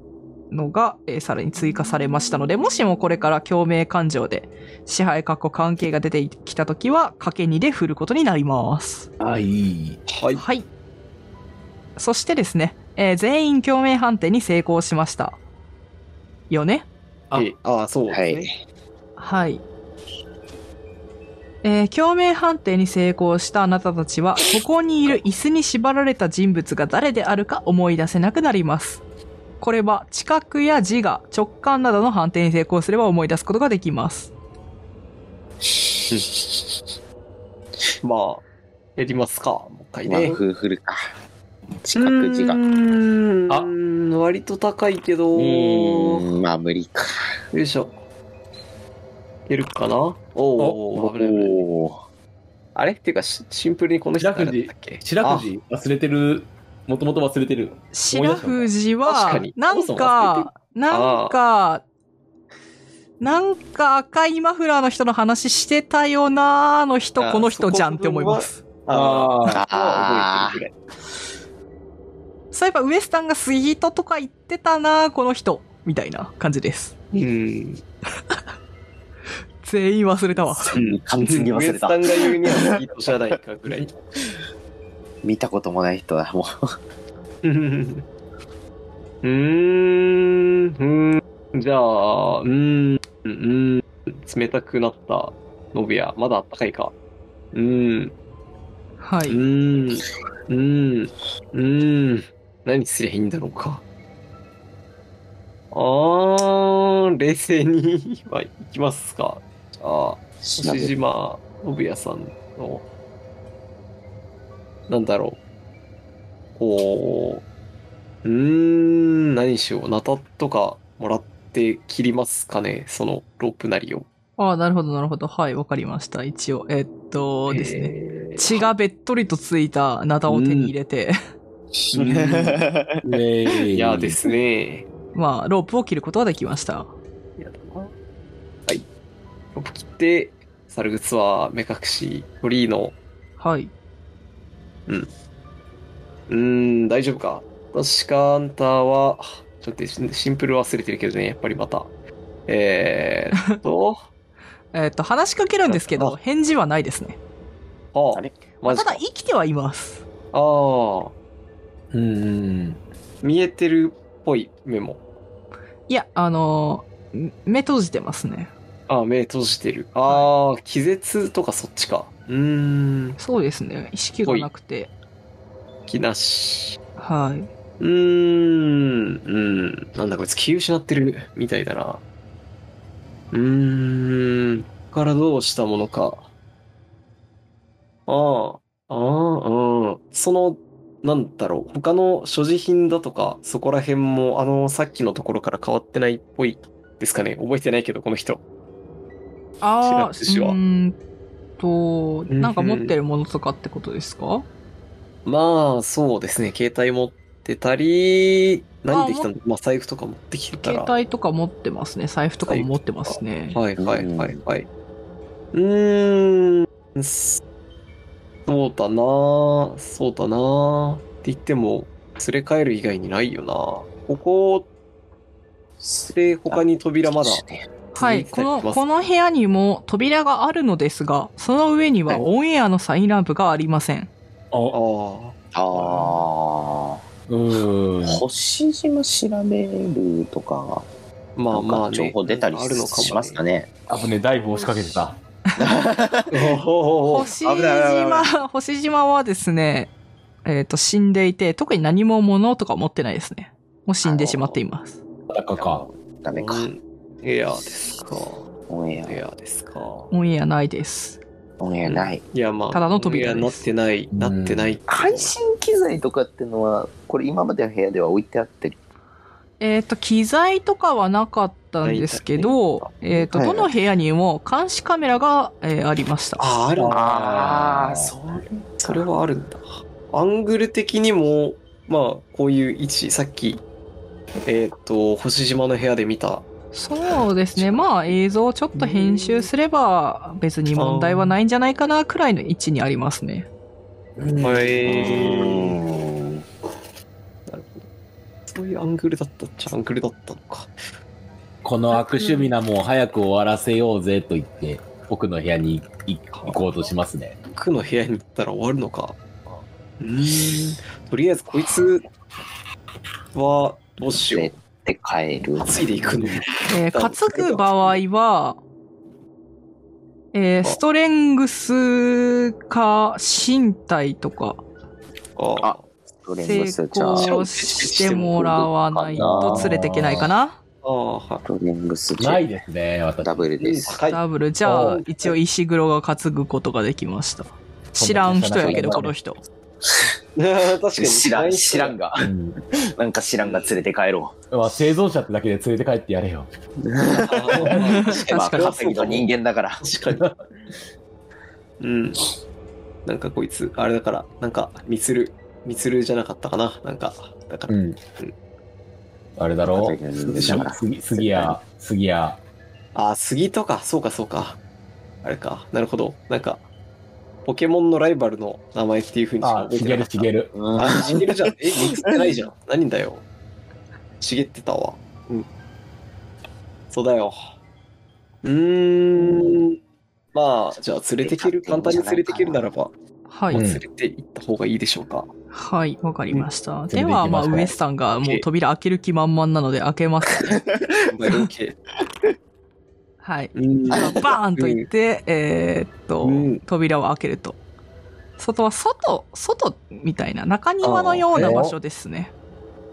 [SPEAKER 1] のが、えーさらに追加されましたので、もしもこれから共鳴感情で支配過去関係が出てきたときは、掛け2で振ることになります。
[SPEAKER 3] はい
[SPEAKER 2] はい。
[SPEAKER 1] はい。そしてですね、えー全員共鳴判定に成功しました。よね
[SPEAKER 3] あ
[SPEAKER 2] えああ、そうです
[SPEAKER 5] は
[SPEAKER 2] ね。
[SPEAKER 5] い。
[SPEAKER 1] はい。えー共鳴判定に成功したあなたたちは、ここにいる椅子に縛られた人物が誰であるか思い出せなくなります。これは、知覚や自我、直感などの判定に成功すれば思い出すことができます。
[SPEAKER 2] まあ、やりますか、もう一回
[SPEAKER 5] まあ、
[SPEAKER 2] ね。
[SPEAKER 5] フーフルか。近く字が。
[SPEAKER 2] う
[SPEAKER 5] う
[SPEAKER 2] ーん
[SPEAKER 3] あ
[SPEAKER 2] 割と高いけど、よ
[SPEAKER 5] ーん、まあ無理か。
[SPEAKER 2] いしょ。いけるかなおお危ない危ない
[SPEAKER 5] おお。
[SPEAKER 2] あれっていうか、しシンプルにこの人
[SPEAKER 3] 白藤
[SPEAKER 2] 誰だったっけ
[SPEAKER 3] 白藤忘れてるもともと忘れてる
[SPEAKER 1] 白藤は
[SPEAKER 2] 確かに、
[SPEAKER 1] なん
[SPEAKER 2] そもそも忘れて
[SPEAKER 1] か、なんか、なんか赤いマフラーの人の話してたよなーの人、
[SPEAKER 2] あ
[SPEAKER 1] この人じゃん
[SPEAKER 2] そ
[SPEAKER 1] っ
[SPEAKER 2] こ
[SPEAKER 1] て思います。
[SPEAKER 2] あ
[SPEAKER 3] あ
[SPEAKER 2] あ、は覚えてる
[SPEAKER 1] そういえばウエスタンがスイートとか言ってたな、この人。みたいな感じです。
[SPEAKER 2] ぐらい。うん。
[SPEAKER 1] 全員忘れたわ。
[SPEAKER 5] うん完全に
[SPEAKER 2] ウ
[SPEAKER 5] 忘
[SPEAKER 2] エ
[SPEAKER 5] れ
[SPEAKER 2] ス
[SPEAKER 5] た
[SPEAKER 2] タ。ンが言うにはきっと社内かぐらい。
[SPEAKER 5] 見たこともない人だ、も
[SPEAKER 2] うーん、うーん、じゃあ、うーん、うーん、冷たくなったノビア、まだあったかいか。うーん、
[SPEAKER 1] は
[SPEAKER 2] う
[SPEAKER 1] い。
[SPEAKER 2] ーん、うーん、うーん、何すりゃいいんだろうか。あー、冷静に、まあ、いきますか。じゃあ、
[SPEAKER 5] う。
[SPEAKER 2] 西島信也さんの、なんだろう。こう、うーん、何しよう。ナタとかもらって切りますかね。そのロープなりを。
[SPEAKER 1] ああ、なるほど、なるほど。はい、わかりました。一応。えっとですね。
[SPEAKER 2] えー
[SPEAKER 1] 血がべっとりとついたナタを手に入れて、
[SPEAKER 5] [LAUGHS]
[SPEAKER 2] い
[SPEAKER 3] い
[SPEAKER 2] やですね。
[SPEAKER 1] まあ、ロープを切ることができました。
[SPEAKER 2] いやだな。はい。ロープ切って、猿グツは目隠し、鳥居の、
[SPEAKER 1] はい。
[SPEAKER 2] うーん、大丈夫か。確か、あんたは、ちょっと待ってシンプル忘れてるけどね、やっぱりまた。えー
[SPEAKER 1] [LAUGHS]
[SPEAKER 2] っと、
[SPEAKER 1] えっと、話しかけるんですけど、
[SPEAKER 2] あ
[SPEAKER 1] 返事はないですね。
[SPEAKER 2] あ
[SPEAKER 5] あれ
[SPEAKER 2] マジ
[SPEAKER 1] た
[SPEAKER 2] か。
[SPEAKER 1] だ、
[SPEAKER 2] あ
[SPEAKER 1] 生きてはいます。
[SPEAKER 2] あー、
[SPEAKER 3] うん。
[SPEAKER 2] 見えてるっぽい目も。
[SPEAKER 1] いや、あのーん目閉じてますね。
[SPEAKER 2] ああ、目閉じてる。ああ、気絶とかそっちか。うーん、
[SPEAKER 1] そうですね。意識がなくて。
[SPEAKER 2] 気なし。
[SPEAKER 1] はい。
[SPEAKER 2] うーん、うん、なんだこいつ気失ってるみたいだな。うーん、ここからどうしたものか。ああ、ああ、うん。その、なんだろう、他の所持品だとか、そこら辺も、あの、さっきのところから変わってないっぽいですかね。覚えてないけど、この人。
[SPEAKER 1] ああ、う
[SPEAKER 2] シナプスは
[SPEAKER 1] ーんと、
[SPEAKER 2] ん
[SPEAKER 1] なんか持ってるものとかってことですか
[SPEAKER 2] まあ、そうですね。携帯持ってたり、何できたのまあ、財布とか持ってきてたら。
[SPEAKER 1] 携帯とか持ってますね。財布とかも持ってますね。
[SPEAKER 2] はいはいはいはい。うーん、すそうだなあそうだなあって言っても、連れ帰る以外にないよなここで他に扉まだ。
[SPEAKER 1] はい。
[SPEAKER 2] 続
[SPEAKER 1] こ
[SPEAKER 2] いて
[SPEAKER 1] の、
[SPEAKER 2] ます
[SPEAKER 1] この部屋にも扉があるのですが、その上にはオンエアのサインランプがありません。
[SPEAKER 2] あ
[SPEAKER 3] あ、
[SPEAKER 2] あ。
[SPEAKER 5] あ
[SPEAKER 3] うん
[SPEAKER 5] あ。。星島調べるとか、
[SPEAKER 2] ま
[SPEAKER 5] な
[SPEAKER 2] あ
[SPEAKER 5] ん
[SPEAKER 2] まあ
[SPEAKER 5] か
[SPEAKER 2] ね。
[SPEAKER 5] 情報出たり
[SPEAKER 2] あるのかもね
[SPEAKER 5] しますかね。
[SPEAKER 3] あぶね、ダイブを仕掛けてた。
[SPEAKER 2] おおおお
[SPEAKER 1] [LAUGHS] 星島、星島はですね、えっ、と、死んでいて、特に何も物とか持ってないですね。もう死んでしまっています。
[SPEAKER 3] 裸か。
[SPEAKER 5] ダメか
[SPEAKER 2] う。んエアーですか。
[SPEAKER 5] オンエ
[SPEAKER 2] エアーですか。
[SPEAKER 1] オンエアないです。
[SPEAKER 5] ア。オンエアない。
[SPEAKER 2] いやまあ、
[SPEAKER 1] ただの扉
[SPEAKER 2] オンエア
[SPEAKER 1] で
[SPEAKER 2] なっ
[SPEAKER 1] す
[SPEAKER 2] てない、なってない。
[SPEAKER 5] 配信機材とかってのは、これ今までの部屋では置いてあって、
[SPEAKER 1] えっ、と、機材とかはなかったんですけど、えっ、と、
[SPEAKER 5] はい
[SPEAKER 1] どの部屋にも監視カメラが、えーありました。
[SPEAKER 2] あ、あるんだ
[SPEAKER 5] あ
[SPEAKER 3] ー
[SPEAKER 5] それ。
[SPEAKER 2] それはあるんだ。アングル的にも、まあ、こういう位置、さっき、えっ、と、星島の部屋で見た。
[SPEAKER 1] そうですね。まあ、映像をちょっと編集すれば、別に問題はないんじゃないかな、くらいの位置にありますね。
[SPEAKER 2] はい。
[SPEAKER 5] うん
[SPEAKER 2] そういうアングルだったっちゃアングルだったのか。
[SPEAKER 3] この悪趣味なもん早く終わらせようぜと言って、奥の部屋に行行こうとしますね。
[SPEAKER 2] 区の部屋に行ったら終わるのか。うーん。とりあえず、こいつは、どうしよ
[SPEAKER 5] 連れて帰る
[SPEAKER 2] う。。担いでいくの。
[SPEAKER 1] えー、担ぐ場合は、えーストレングスか身体とか
[SPEAKER 2] あ
[SPEAKER 5] あトレン
[SPEAKER 1] 成
[SPEAKER 5] グス、じゃあ、
[SPEAKER 1] 功してもらわないと連れていけないかな。
[SPEAKER 2] あー、は
[SPEAKER 5] トレングス、
[SPEAKER 3] ないですね、私。
[SPEAKER 5] ダブル
[SPEAKER 2] い。
[SPEAKER 5] です。
[SPEAKER 2] 高い。
[SPEAKER 1] ダブル。じゃ
[SPEAKER 2] あ
[SPEAKER 1] あ、
[SPEAKER 2] ー
[SPEAKER 1] 一応石黒が担ぐことができました。知らん人やけど、この人。
[SPEAKER 2] [LAUGHS] 確かに。
[SPEAKER 5] 知らん、知らん。が。
[SPEAKER 3] うん。
[SPEAKER 5] なんか知らんが連れて帰ろ
[SPEAKER 3] まあ、生存者ってだけで連れて帰ってやれよ。
[SPEAKER 5] う。ま
[SPEAKER 1] 確
[SPEAKER 5] あ、
[SPEAKER 1] かに。
[SPEAKER 5] 稼ぎの人間だから。
[SPEAKER 2] 確かに。うん。なんかこいつ、あれだから、なんか、ミツル、ミツルじゃなかったかな。なんか、だから、
[SPEAKER 3] うん。あれだろ
[SPEAKER 5] 稼ぎの人間だから
[SPEAKER 3] 杉杉谷、杉谷。
[SPEAKER 2] ああ、杉とか、そうかそうか。あれか、なるほど。なんか、ポケモンのライバルの名前っていうふうにしか
[SPEAKER 3] あ、
[SPEAKER 2] 覚え
[SPEAKER 3] してげ
[SPEAKER 2] なか
[SPEAKER 3] る
[SPEAKER 2] っ
[SPEAKER 3] しげる。
[SPEAKER 5] うん
[SPEAKER 2] た。あ、しげるじゃん。え、ミツってないじ
[SPEAKER 3] [LAUGHS]
[SPEAKER 2] ゃん。何だよ。しげってたわ。うん。そうだよ。うーん。まあ、じゃあ連れてける、簡単に連れてけるならば、
[SPEAKER 1] は
[SPEAKER 2] まあ
[SPEAKER 3] う
[SPEAKER 1] い。
[SPEAKER 3] ん
[SPEAKER 2] 連れて行った方がいいでしょう
[SPEAKER 3] [LAUGHS]
[SPEAKER 2] か。
[SPEAKER 1] はい、わかりました。
[SPEAKER 3] それ
[SPEAKER 1] で
[SPEAKER 3] で
[SPEAKER 1] は、
[SPEAKER 3] 行きま
[SPEAKER 1] まあ、
[SPEAKER 3] しょう
[SPEAKER 1] ウエスさんがもう扉開ける気満々なので開けますね。
[SPEAKER 2] まあ OK
[SPEAKER 1] はい。
[SPEAKER 2] うん
[SPEAKER 1] バーンと言って、えーっと
[SPEAKER 2] うん、
[SPEAKER 1] 扉を開けると。外は外、外みたいな、中庭のような場所ですね。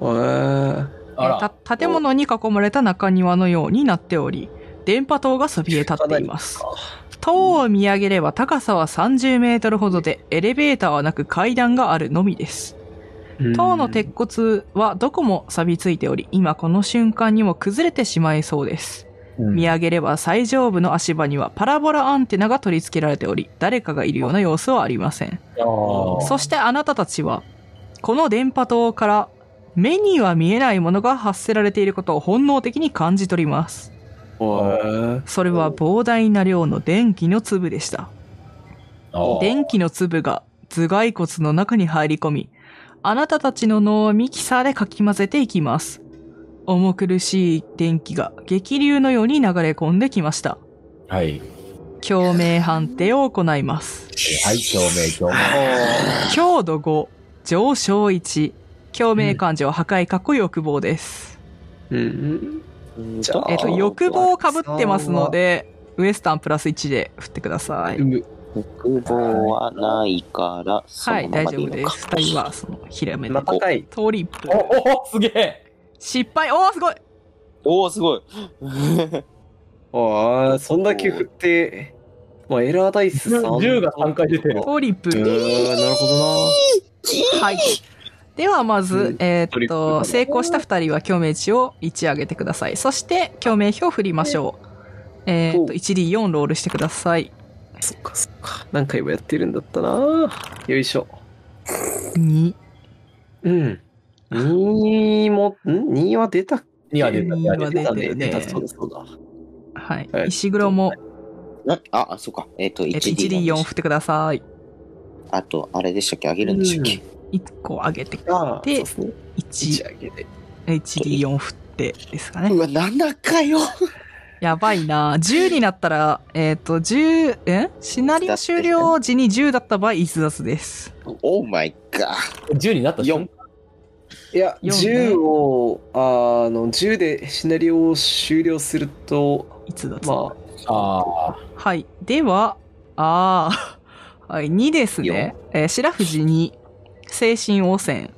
[SPEAKER 2] えー
[SPEAKER 3] あ
[SPEAKER 1] えー
[SPEAKER 3] ら、
[SPEAKER 1] た建物に囲まれた中庭のようになっており、電波塔がそびえ立っています
[SPEAKER 2] かなり。
[SPEAKER 1] 塔を見上げれば高さは30メートルほどで、エレベーターはなく階段があるのみです。塔の鉄骨はどこも錆びついており、今この瞬間にも崩れてしまいそうです。
[SPEAKER 3] うん
[SPEAKER 1] 見上げれば最上部の足場にはパラボラアンテナが取り付けられており、誰かがいるような様子はありません。
[SPEAKER 3] あー
[SPEAKER 1] そしてあなたたちは、この電波塔から目には見えないものが発せられていることを本能的に感じ取ります。
[SPEAKER 2] うん
[SPEAKER 1] それは膨大な量の電気の粒でした。
[SPEAKER 3] あー
[SPEAKER 1] 電気の粒が頭蓋骨の中に入り込み、あなたたちの脳をミキサーでかき混ぜていきます。重苦しい電気が激流のように流れ込んできました。
[SPEAKER 3] はい。
[SPEAKER 1] 共鳴判定を行います。
[SPEAKER 3] はい、共鳴、共鳴。
[SPEAKER 1] 強度5、上昇1、共鳴感情、破壊、過去欲望です。
[SPEAKER 2] うん
[SPEAKER 4] うん
[SPEAKER 2] じゃあ
[SPEAKER 1] えっと、欲望をかぶってますので、ウエスタンプラス1で振ってください。
[SPEAKER 4] 欲望はないから、そ
[SPEAKER 1] は
[SPEAKER 4] の
[SPEAKER 1] い、
[SPEAKER 4] ま
[SPEAKER 1] 大
[SPEAKER 4] まで
[SPEAKER 1] 丈
[SPEAKER 4] いい
[SPEAKER 1] 夫
[SPEAKER 4] の
[SPEAKER 1] で
[SPEAKER 4] か。
[SPEAKER 1] す。2人は、その、ひらめで
[SPEAKER 2] まあ。高い。
[SPEAKER 1] トリップ。
[SPEAKER 3] おお、すげえ
[SPEAKER 1] 失敗おー、すごい
[SPEAKER 4] おお、すごい。
[SPEAKER 2] ああ、そんだけ振って、まあエラーダイス3。
[SPEAKER 3] 銃が三回出てる
[SPEAKER 1] トリップ。
[SPEAKER 2] うーんなるほどな。
[SPEAKER 1] はい。では、まず、
[SPEAKER 2] うん
[SPEAKER 1] えー
[SPEAKER 2] トリ
[SPEAKER 1] っ
[SPEAKER 2] ップか
[SPEAKER 1] と、
[SPEAKER 2] な
[SPEAKER 1] 成功した2人は共鳴値を1上げてください。そして、共鳴票を振りましょう。えーっと、1D4 ロールしてください。
[SPEAKER 2] そっかそっか。何回もやってるんだったな。よいしょ。
[SPEAKER 1] 2。
[SPEAKER 2] うん。2も、ん ?2 は出た。
[SPEAKER 3] !2 は出た、2は出
[SPEAKER 1] 出
[SPEAKER 3] た。
[SPEAKER 1] たね
[SPEAKER 2] 出た、そうだそうだ。
[SPEAKER 1] はい
[SPEAKER 2] は。い
[SPEAKER 1] 石黒も、
[SPEAKER 4] なあ、あ、そうか。えっ、と、
[SPEAKER 1] えっと 1D4
[SPEAKER 4] 1D4
[SPEAKER 1] 振。ってください。
[SPEAKER 4] あと、あれでしたっけあげるんでしたっけ、
[SPEAKER 1] 1個上げて、
[SPEAKER 2] ああ、そう
[SPEAKER 1] で
[SPEAKER 2] ですね。1
[SPEAKER 1] 1、
[SPEAKER 2] 上げて。
[SPEAKER 1] 1D4 振ってですか
[SPEAKER 4] う
[SPEAKER 1] ね。
[SPEAKER 4] わ、7かよ。
[SPEAKER 1] やばいな10になったら、えっと、10、えシナリオ終了時に10だった場合、逸脱です。
[SPEAKER 4] オーマイガ
[SPEAKER 3] 10になった瞬間
[SPEAKER 2] いや、
[SPEAKER 1] 四ね
[SPEAKER 2] 10を、あの、10でシナリオを終了すると、
[SPEAKER 1] 逸脱。
[SPEAKER 2] ま
[SPEAKER 3] あ
[SPEAKER 1] はい。では、あー、 [LAUGHS] はい、2ですね。えー白藤2、精神汚染。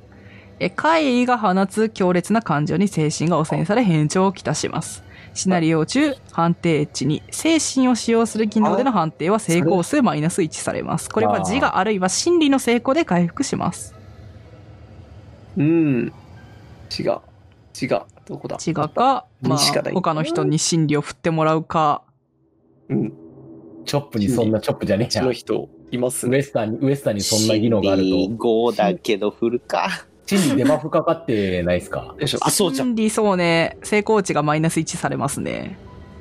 [SPEAKER 1] えー、怪異が放つ強烈な感情に精神が汚染され変調をきたします。シナリオ中、判定値に、精神を使用する技能での判定は成功数マイナス1されます。これは自我あるいは心理の成功で回復します。
[SPEAKER 2] あ、うん。違う。違う。どこだ
[SPEAKER 1] 自我か、まあ
[SPEAKER 2] 西から、いい
[SPEAKER 1] 他の人に心理を振ってもらうか、
[SPEAKER 2] うん。う
[SPEAKER 3] ー、チョップにそんなチョップじゃねえ
[SPEAKER 2] ち
[SPEAKER 3] や
[SPEAKER 2] の。人、います
[SPEAKER 3] ウ
[SPEAKER 2] ね。
[SPEAKER 3] エスタンに、ウエスタン
[SPEAKER 4] ー。
[SPEAKER 3] にそんな技能があると、
[SPEAKER 4] 5だけど振るか。
[SPEAKER 3] チンにデバフかかってないですか
[SPEAKER 2] よいしょ。
[SPEAKER 4] あ、そうじゃ
[SPEAKER 1] 心
[SPEAKER 4] ん。
[SPEAKER 1] 理、そうね、成功値がマイナス1されますね。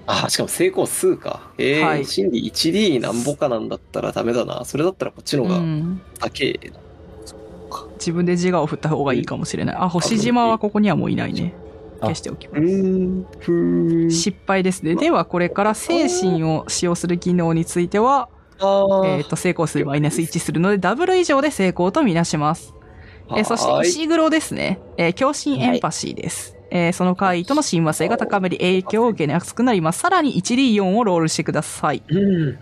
[SPEAKER 2] あ、しかも成功数か。ええ
[SPEAKER 1] はい
[SPEAKER 2] 心理 1D なんぼかなんだったらダメだな。それだったらこっちの
[SPEAKER 1] う
[SPEAKER 2] 方が
[SPEAKER 1] ん。
[SPEAKER 2] 高えな。
[SPEAKER 1] 自分で自我を振った方がいいかもしれない。あ、星島はここにはもういないね。
[SPEAKER 3] あ
[SPEAKER 1] 消しておきま
[SPEAKER 2] うーん、ふーん。
[SPEAKER 1] す。失敗ですね。では、これから精神を使用する技能については、
[SPEAKER 2] あー
[SPEAKER 1] えっ、と、成功するマイナス1するので、ダブル以上で成功とみなします。えーそし
[SPEAKER 2] はー
[SPEAKER 1] て、
[SPEAKER 2] い
[SPEAKER 1] 石黒ですね。えー共振エンパシーです。えーその怪異との親和性が高まり、影響を受けなくなります。さらに 1D4 をロールしてください。
[SPEAKER 2] うん。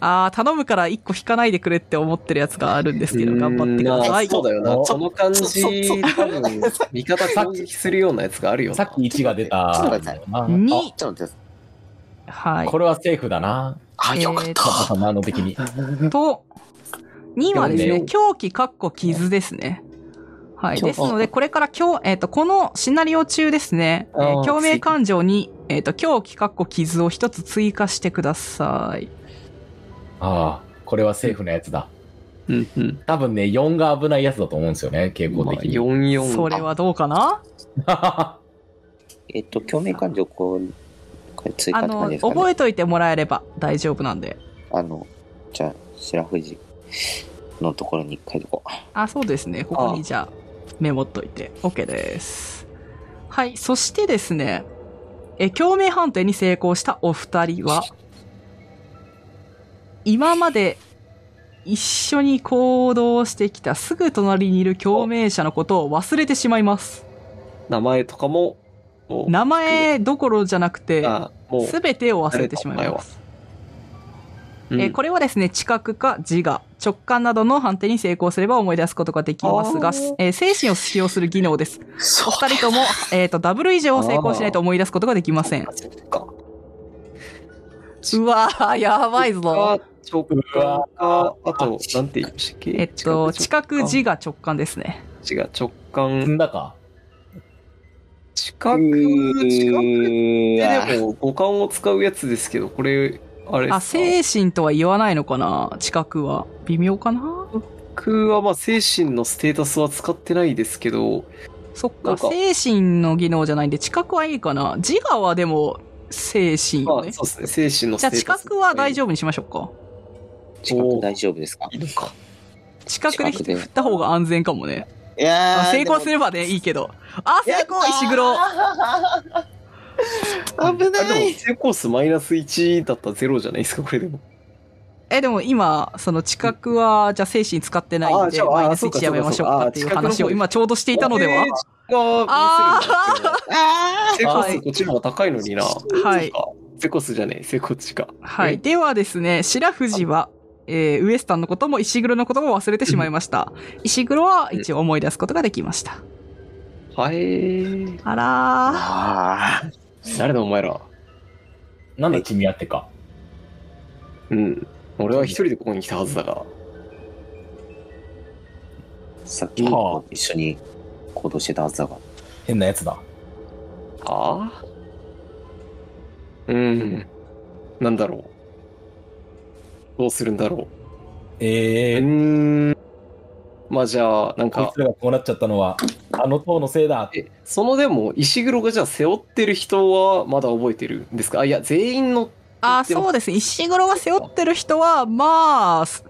[SPEAKER 1] あー、頼むから1個引かないでくれって思ってるやつがあるんですけど、頑張ってくださ
[SPEAKER 2] まあ
[SPEAKER 1] い。
[SPEAKER 2] そうだよ
[SPEAKER 3] ちょ
[SPEAKER 2] な。その感
[SPEAKER 4] ちょちょち
[SPEAKER 2] じ、
[SPEAKER 4] ょ
[SPEAKER 2] 多分、味方攻撃するようなやつがあるよ
[SPEAKER 3] [LAUGHS]
[SPEAKER 2] な。
[SPEAKER 3] さっき1が出た。
[SPEAKER 4] ちょっと待って
[SPEAKER 3] あ
[SPEAKER 1] に
[SPEAKER 4] ちょっと待って。
[SPEAKER 1] は
[SPEAKER 3] あ
[SPEAKER 1] い。
[SPEAKER 3] これはセーフだな。
[SPEAKER 4] あ、よかっ
[SPEAKER 1] えー
[SPEAKER 4] た。
[SPEAKER 3] あ万能的に。
[SPEAKER 1] と、2はです
[SPEAKER 3] 読んで
[SPEAKER 1] ね、
[SPEAKER 3] よ
[SPEAKER 1] 狂気かっこ傷ですね。はい。
[SPEAKER 4] 狂
[SPEAKER 1] で
[SPEAKER 4] 気
[SPEAKER 1] すので、これから今日、えっ、と、このシナリオ中ですね、え
[SPEAKER 2] あ
[SPEAKER 1] ー
[SPEAKER 2] ー
[SPEAKER 1] 共鳴感情に、えっ、と、狂気かっこ傷を一つ追加してください。
[SPEAKER 3] ああ、これはセーフなやつだ。
[SPEAKER 2] うんうん。
[SPEAKER 3] 多分ね、4が危ないやつだと思うんですよね、傾向
[SPEAKER 2] まあ、
[SPEAKER 3] 的に。
[SPEAKER 2] 44。
[SPEAKER 1] それはどうかな
[SPEAKER 4] えっと、共鳴感情、こう、これ追加
[SPEAKER 1] あ
[SPEAKER 4] って
[SPEAKER 1] の、
[SPEAKER 4] 感じですかね。
[SPEAKER 1] 覚えといてもらえれば大丈夫なんで。
[SPEAKER 4] あの、じゃあ、白藤のところに書いとこう。
[SPEAKER 1] あ、そうですね。ここ
[SPEAKER 2] あ
[SPEAKER 1] にじゃあ、メモっといて。OK です。はい。そしてですね、えー共鳴判定に成功したお二人は、今まで一緒に行動してきたすぐ隣にいる共鳴者のことを忘れてしまいます。
[SPEAKER 2] 名前とかも、もう、
[SPEAKER 1] 名前どころじゃなくて、
[SPEAKER 2] あもう、
[SPEAKER 1] すべてを忘れてしまいます。
[SPEAKER 2] うん
[SPEAKER 1] えーこれはですね、知覚か自我、直感などの判定に成功すれば思い出すことができますが
[SPEAKER 2] あー、
[SPEAKER 1] えー精神を使用する技能です。
[SPEAKER 4] そう
[SPEAKER 1] 二人とも、
[SPEAKER 2] [LAUGHS]
[SPEAKER 1] えっ、と、ダブル以上成功しないと思い出すことができません。
[SPEAKER 2] そっか。
[SPEAKER 1] うわー、やばいぞ。
[SPEAKER 2] 直感か、あと、なんて言いましたっけ
[SPEAKER 1] えっと、知覚、自
[SPEAKER 2] 違う、
[SPEAKER 1] 我、直感ですね。
[SPEAKER 2] 直感、
[SPEAKER 3] [LAUGHS] んだか
[SPEAKER 2] 知覚、知覚ってでも、五感を使うやつですけど、これ、あれ
[SPEAKER 1] あ、
[SPEAKER 2] です
[SPEAKER 1] 精
[SPEAKER 2] か
[SPEAKER 1] 神とは言わないのかな知覚は。微妙かな
[SPEAKER 2] 僕はまあ精神のステータスは使ってないですけど、
[SPEAKER 1] そっ
[SPEAKER 2] な
[SPEAKER 1] か
[SPEAKER 2] んか
[SPEAKER 1] 精神の技能じゃないんで、知覚はいいかな自我はでも、精神
[SPEAKER 2] まあ
[SPEAKER 1] よ
[SPEAKER 2] そう
[SPEAKER 1] ね。
[SPEAKER 2] ですね、精神のス
[SPEAKER 1] じゃ
[SPEAKER 2] テ
[SPEAKER 1] あ、
[SPEAKER 2] ー
[SPEAKER 1] 知
[SPEAKER 2] タス。
[SPEAKER 1] 覚は大丈夫にしましょうか。
[SPEAKER 4] 近く大丈夫ですか
[SPEAKER 2] いいのか。
[SPEAKER 1] 知覚で
[SPEAKER 4] 知覚で
[SPEAKER 1] 振った方が安全かもね。
[SPEAKER 4] いや
[SPEAKER 1] あ
[SPEAKER 4] ー
[SPEAKER 1] 成功すればね、いいけど。あ、成功石黒
[SPEAKER 4] 危
[SPEAKER 2] あ
[SPEAKER 4] な
[SPEAKER 2] れで
[SPEAKER 4] い
[SPEAKER 2] も、成功数マイナス1だったらゼロじゃないですか、これでも。
[SPEAKER 1] え、でも今、その知覚は、じゃあ精神使ってないん
[SPEAKER 2] あじ
[SPEAKER 1] で、
[SPEAKER 2] ゃあ
[SPEAKER 1] マイナ
[SPEAKER 2] あ
[SPEAKER 1] ス
[SPEAKER 2] そうか
[SPEAKER 1] 1やめましょうかっていう
[SPEAKER 2] そうかそうかあ
[SPEAKER 1] 話を
[SPEAKER 2] 知覚の方
[SPEAKER 1] 今ちょうどしていたのでは
[SPEAKER 2] えー知覚は
[SPEAKER 4] あ
[SPEAKER 2] ミス
[SPEAKER 1] [LAUGHS]
[SPEAKER 2] るんだ成功数こっちの方が高いのにな。
[SPEAKER 1] はい
[SPEAKER 2] そうか。成功数じゃねえ、成功値か。
[SPEAKER 1] はい。ではですね、白藤は、えー、ウエスタンのことも石黒のことも忘れてしまいました。石黒は一応思い出すことができました。
[SPEAKER 2] はい。
[SPEAKER 1] あら
[SPEAKER 4] あ
[SPEAKER 2] 誰だお前ら。
[SPEAKER 3] なんだ君やってか。
[SPEAKER 2] うん。俺は一人でここに来たはずだが。
[SPEAKER 4] さっき
[SPEAKER 3] は
[SPEAKER 4] 一緒に行動してたはずだが
[SPEAKER 3] 変なやつだ。
[SPEAKER 2] ああうん。なんだろう。どうするんだろう。
[SPEAKER 3] え
[SPEAKER 2] う
[SPEAKER 3] ー、
[SPEAKER 2] ーん。まあじゃあ、なん
[SPEAKER 3] こい
[SPEAKER 2] か
[SPEAKER 3] つ、らがこうなっちゃったのは、あの塔のせいだ。
[SPEAKER 2] え、そのでも、石黒がじゃあ背負ってる人はまだ覚えてるんですかあ、いや、全員の、
[SPEAKER 1] あーそうですね。石黒が背負ってる人は、まあ、す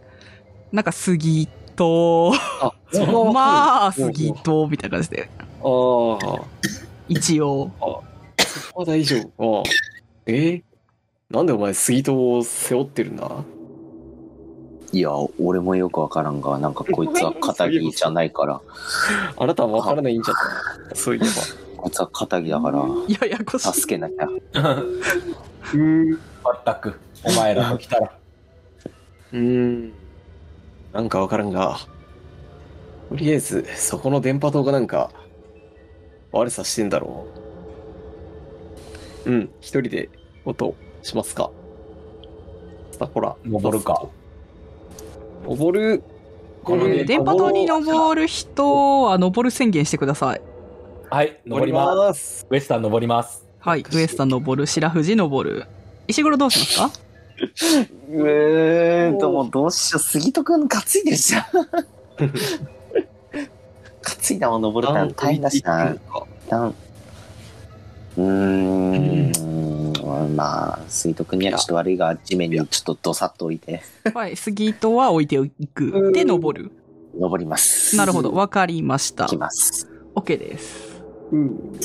[SPEAKER 1] なんか杉と、
[SPEAKER 2] あ、そこは
[SPEAKER 1] まあ
[SPEAKER 2] わかる
[SPEAKER 1] 杉と、みたいな感じで、
[SPEAKER 2] おうおうあ
[SPEAKER 1] 一応。
[SPEAKER 2] あ、そこは大丈夫。ああえーなんでお前、杉戸を背負ってるんだ
[SPEAKER 4] いや俺もよくわからんがなんかこい [LAUGHS] つは肩着じゃないから
[SPEAKER 2] あなたはわからないんじゃったそういえば。
[SPEAKER 4] こいつは肩着だから
[SPEAKER 1] いや、やこしい。
[SPEAKER 4] 助けなきゃ
[SPEAKER 2] うん。
[SPEAKER 3] まったく、お前らと来たら。
[SPEAKER 2] うん。なんかわからんが、とりあえず、そこの電波塔がなんか、悪さしてんだろう。うん、一人で、音、しますか。さあ、ほら。
[SPEAKER 3] 登るか。
[SPEAKER 2] 登る、
[SPEAKER 3] このね
[SPEAKER 1] 電波塔に登る人は登る宣言してください。
[SPEAKER 3] はい、登ります。
[SPEAKER 2] す。
[SPEAKER 3] ウエスタン登ります。
[SPEAKER 1] はい。ウエスタン登る、白藤登る。石黒どうしますか
[SPEAKER 4] うえーともうどうしよう杉戸くん担いでる [LAUGHS] じゃん担いだもん登るから大変だしなダンうーんまあ杉戸くんにはちょっと悪いが地面にちょっとどさっと置いて
[SPEAKER 1] はい、杉戸は置いておく。で、登る。
[SPEAKER 4] 登ります
[SPEAKER 1] なるほど、わかりました
[SPEAKER 4] 行き。ます。
[SPEAKER 1] OK です。
[SPEAKER 2] うん。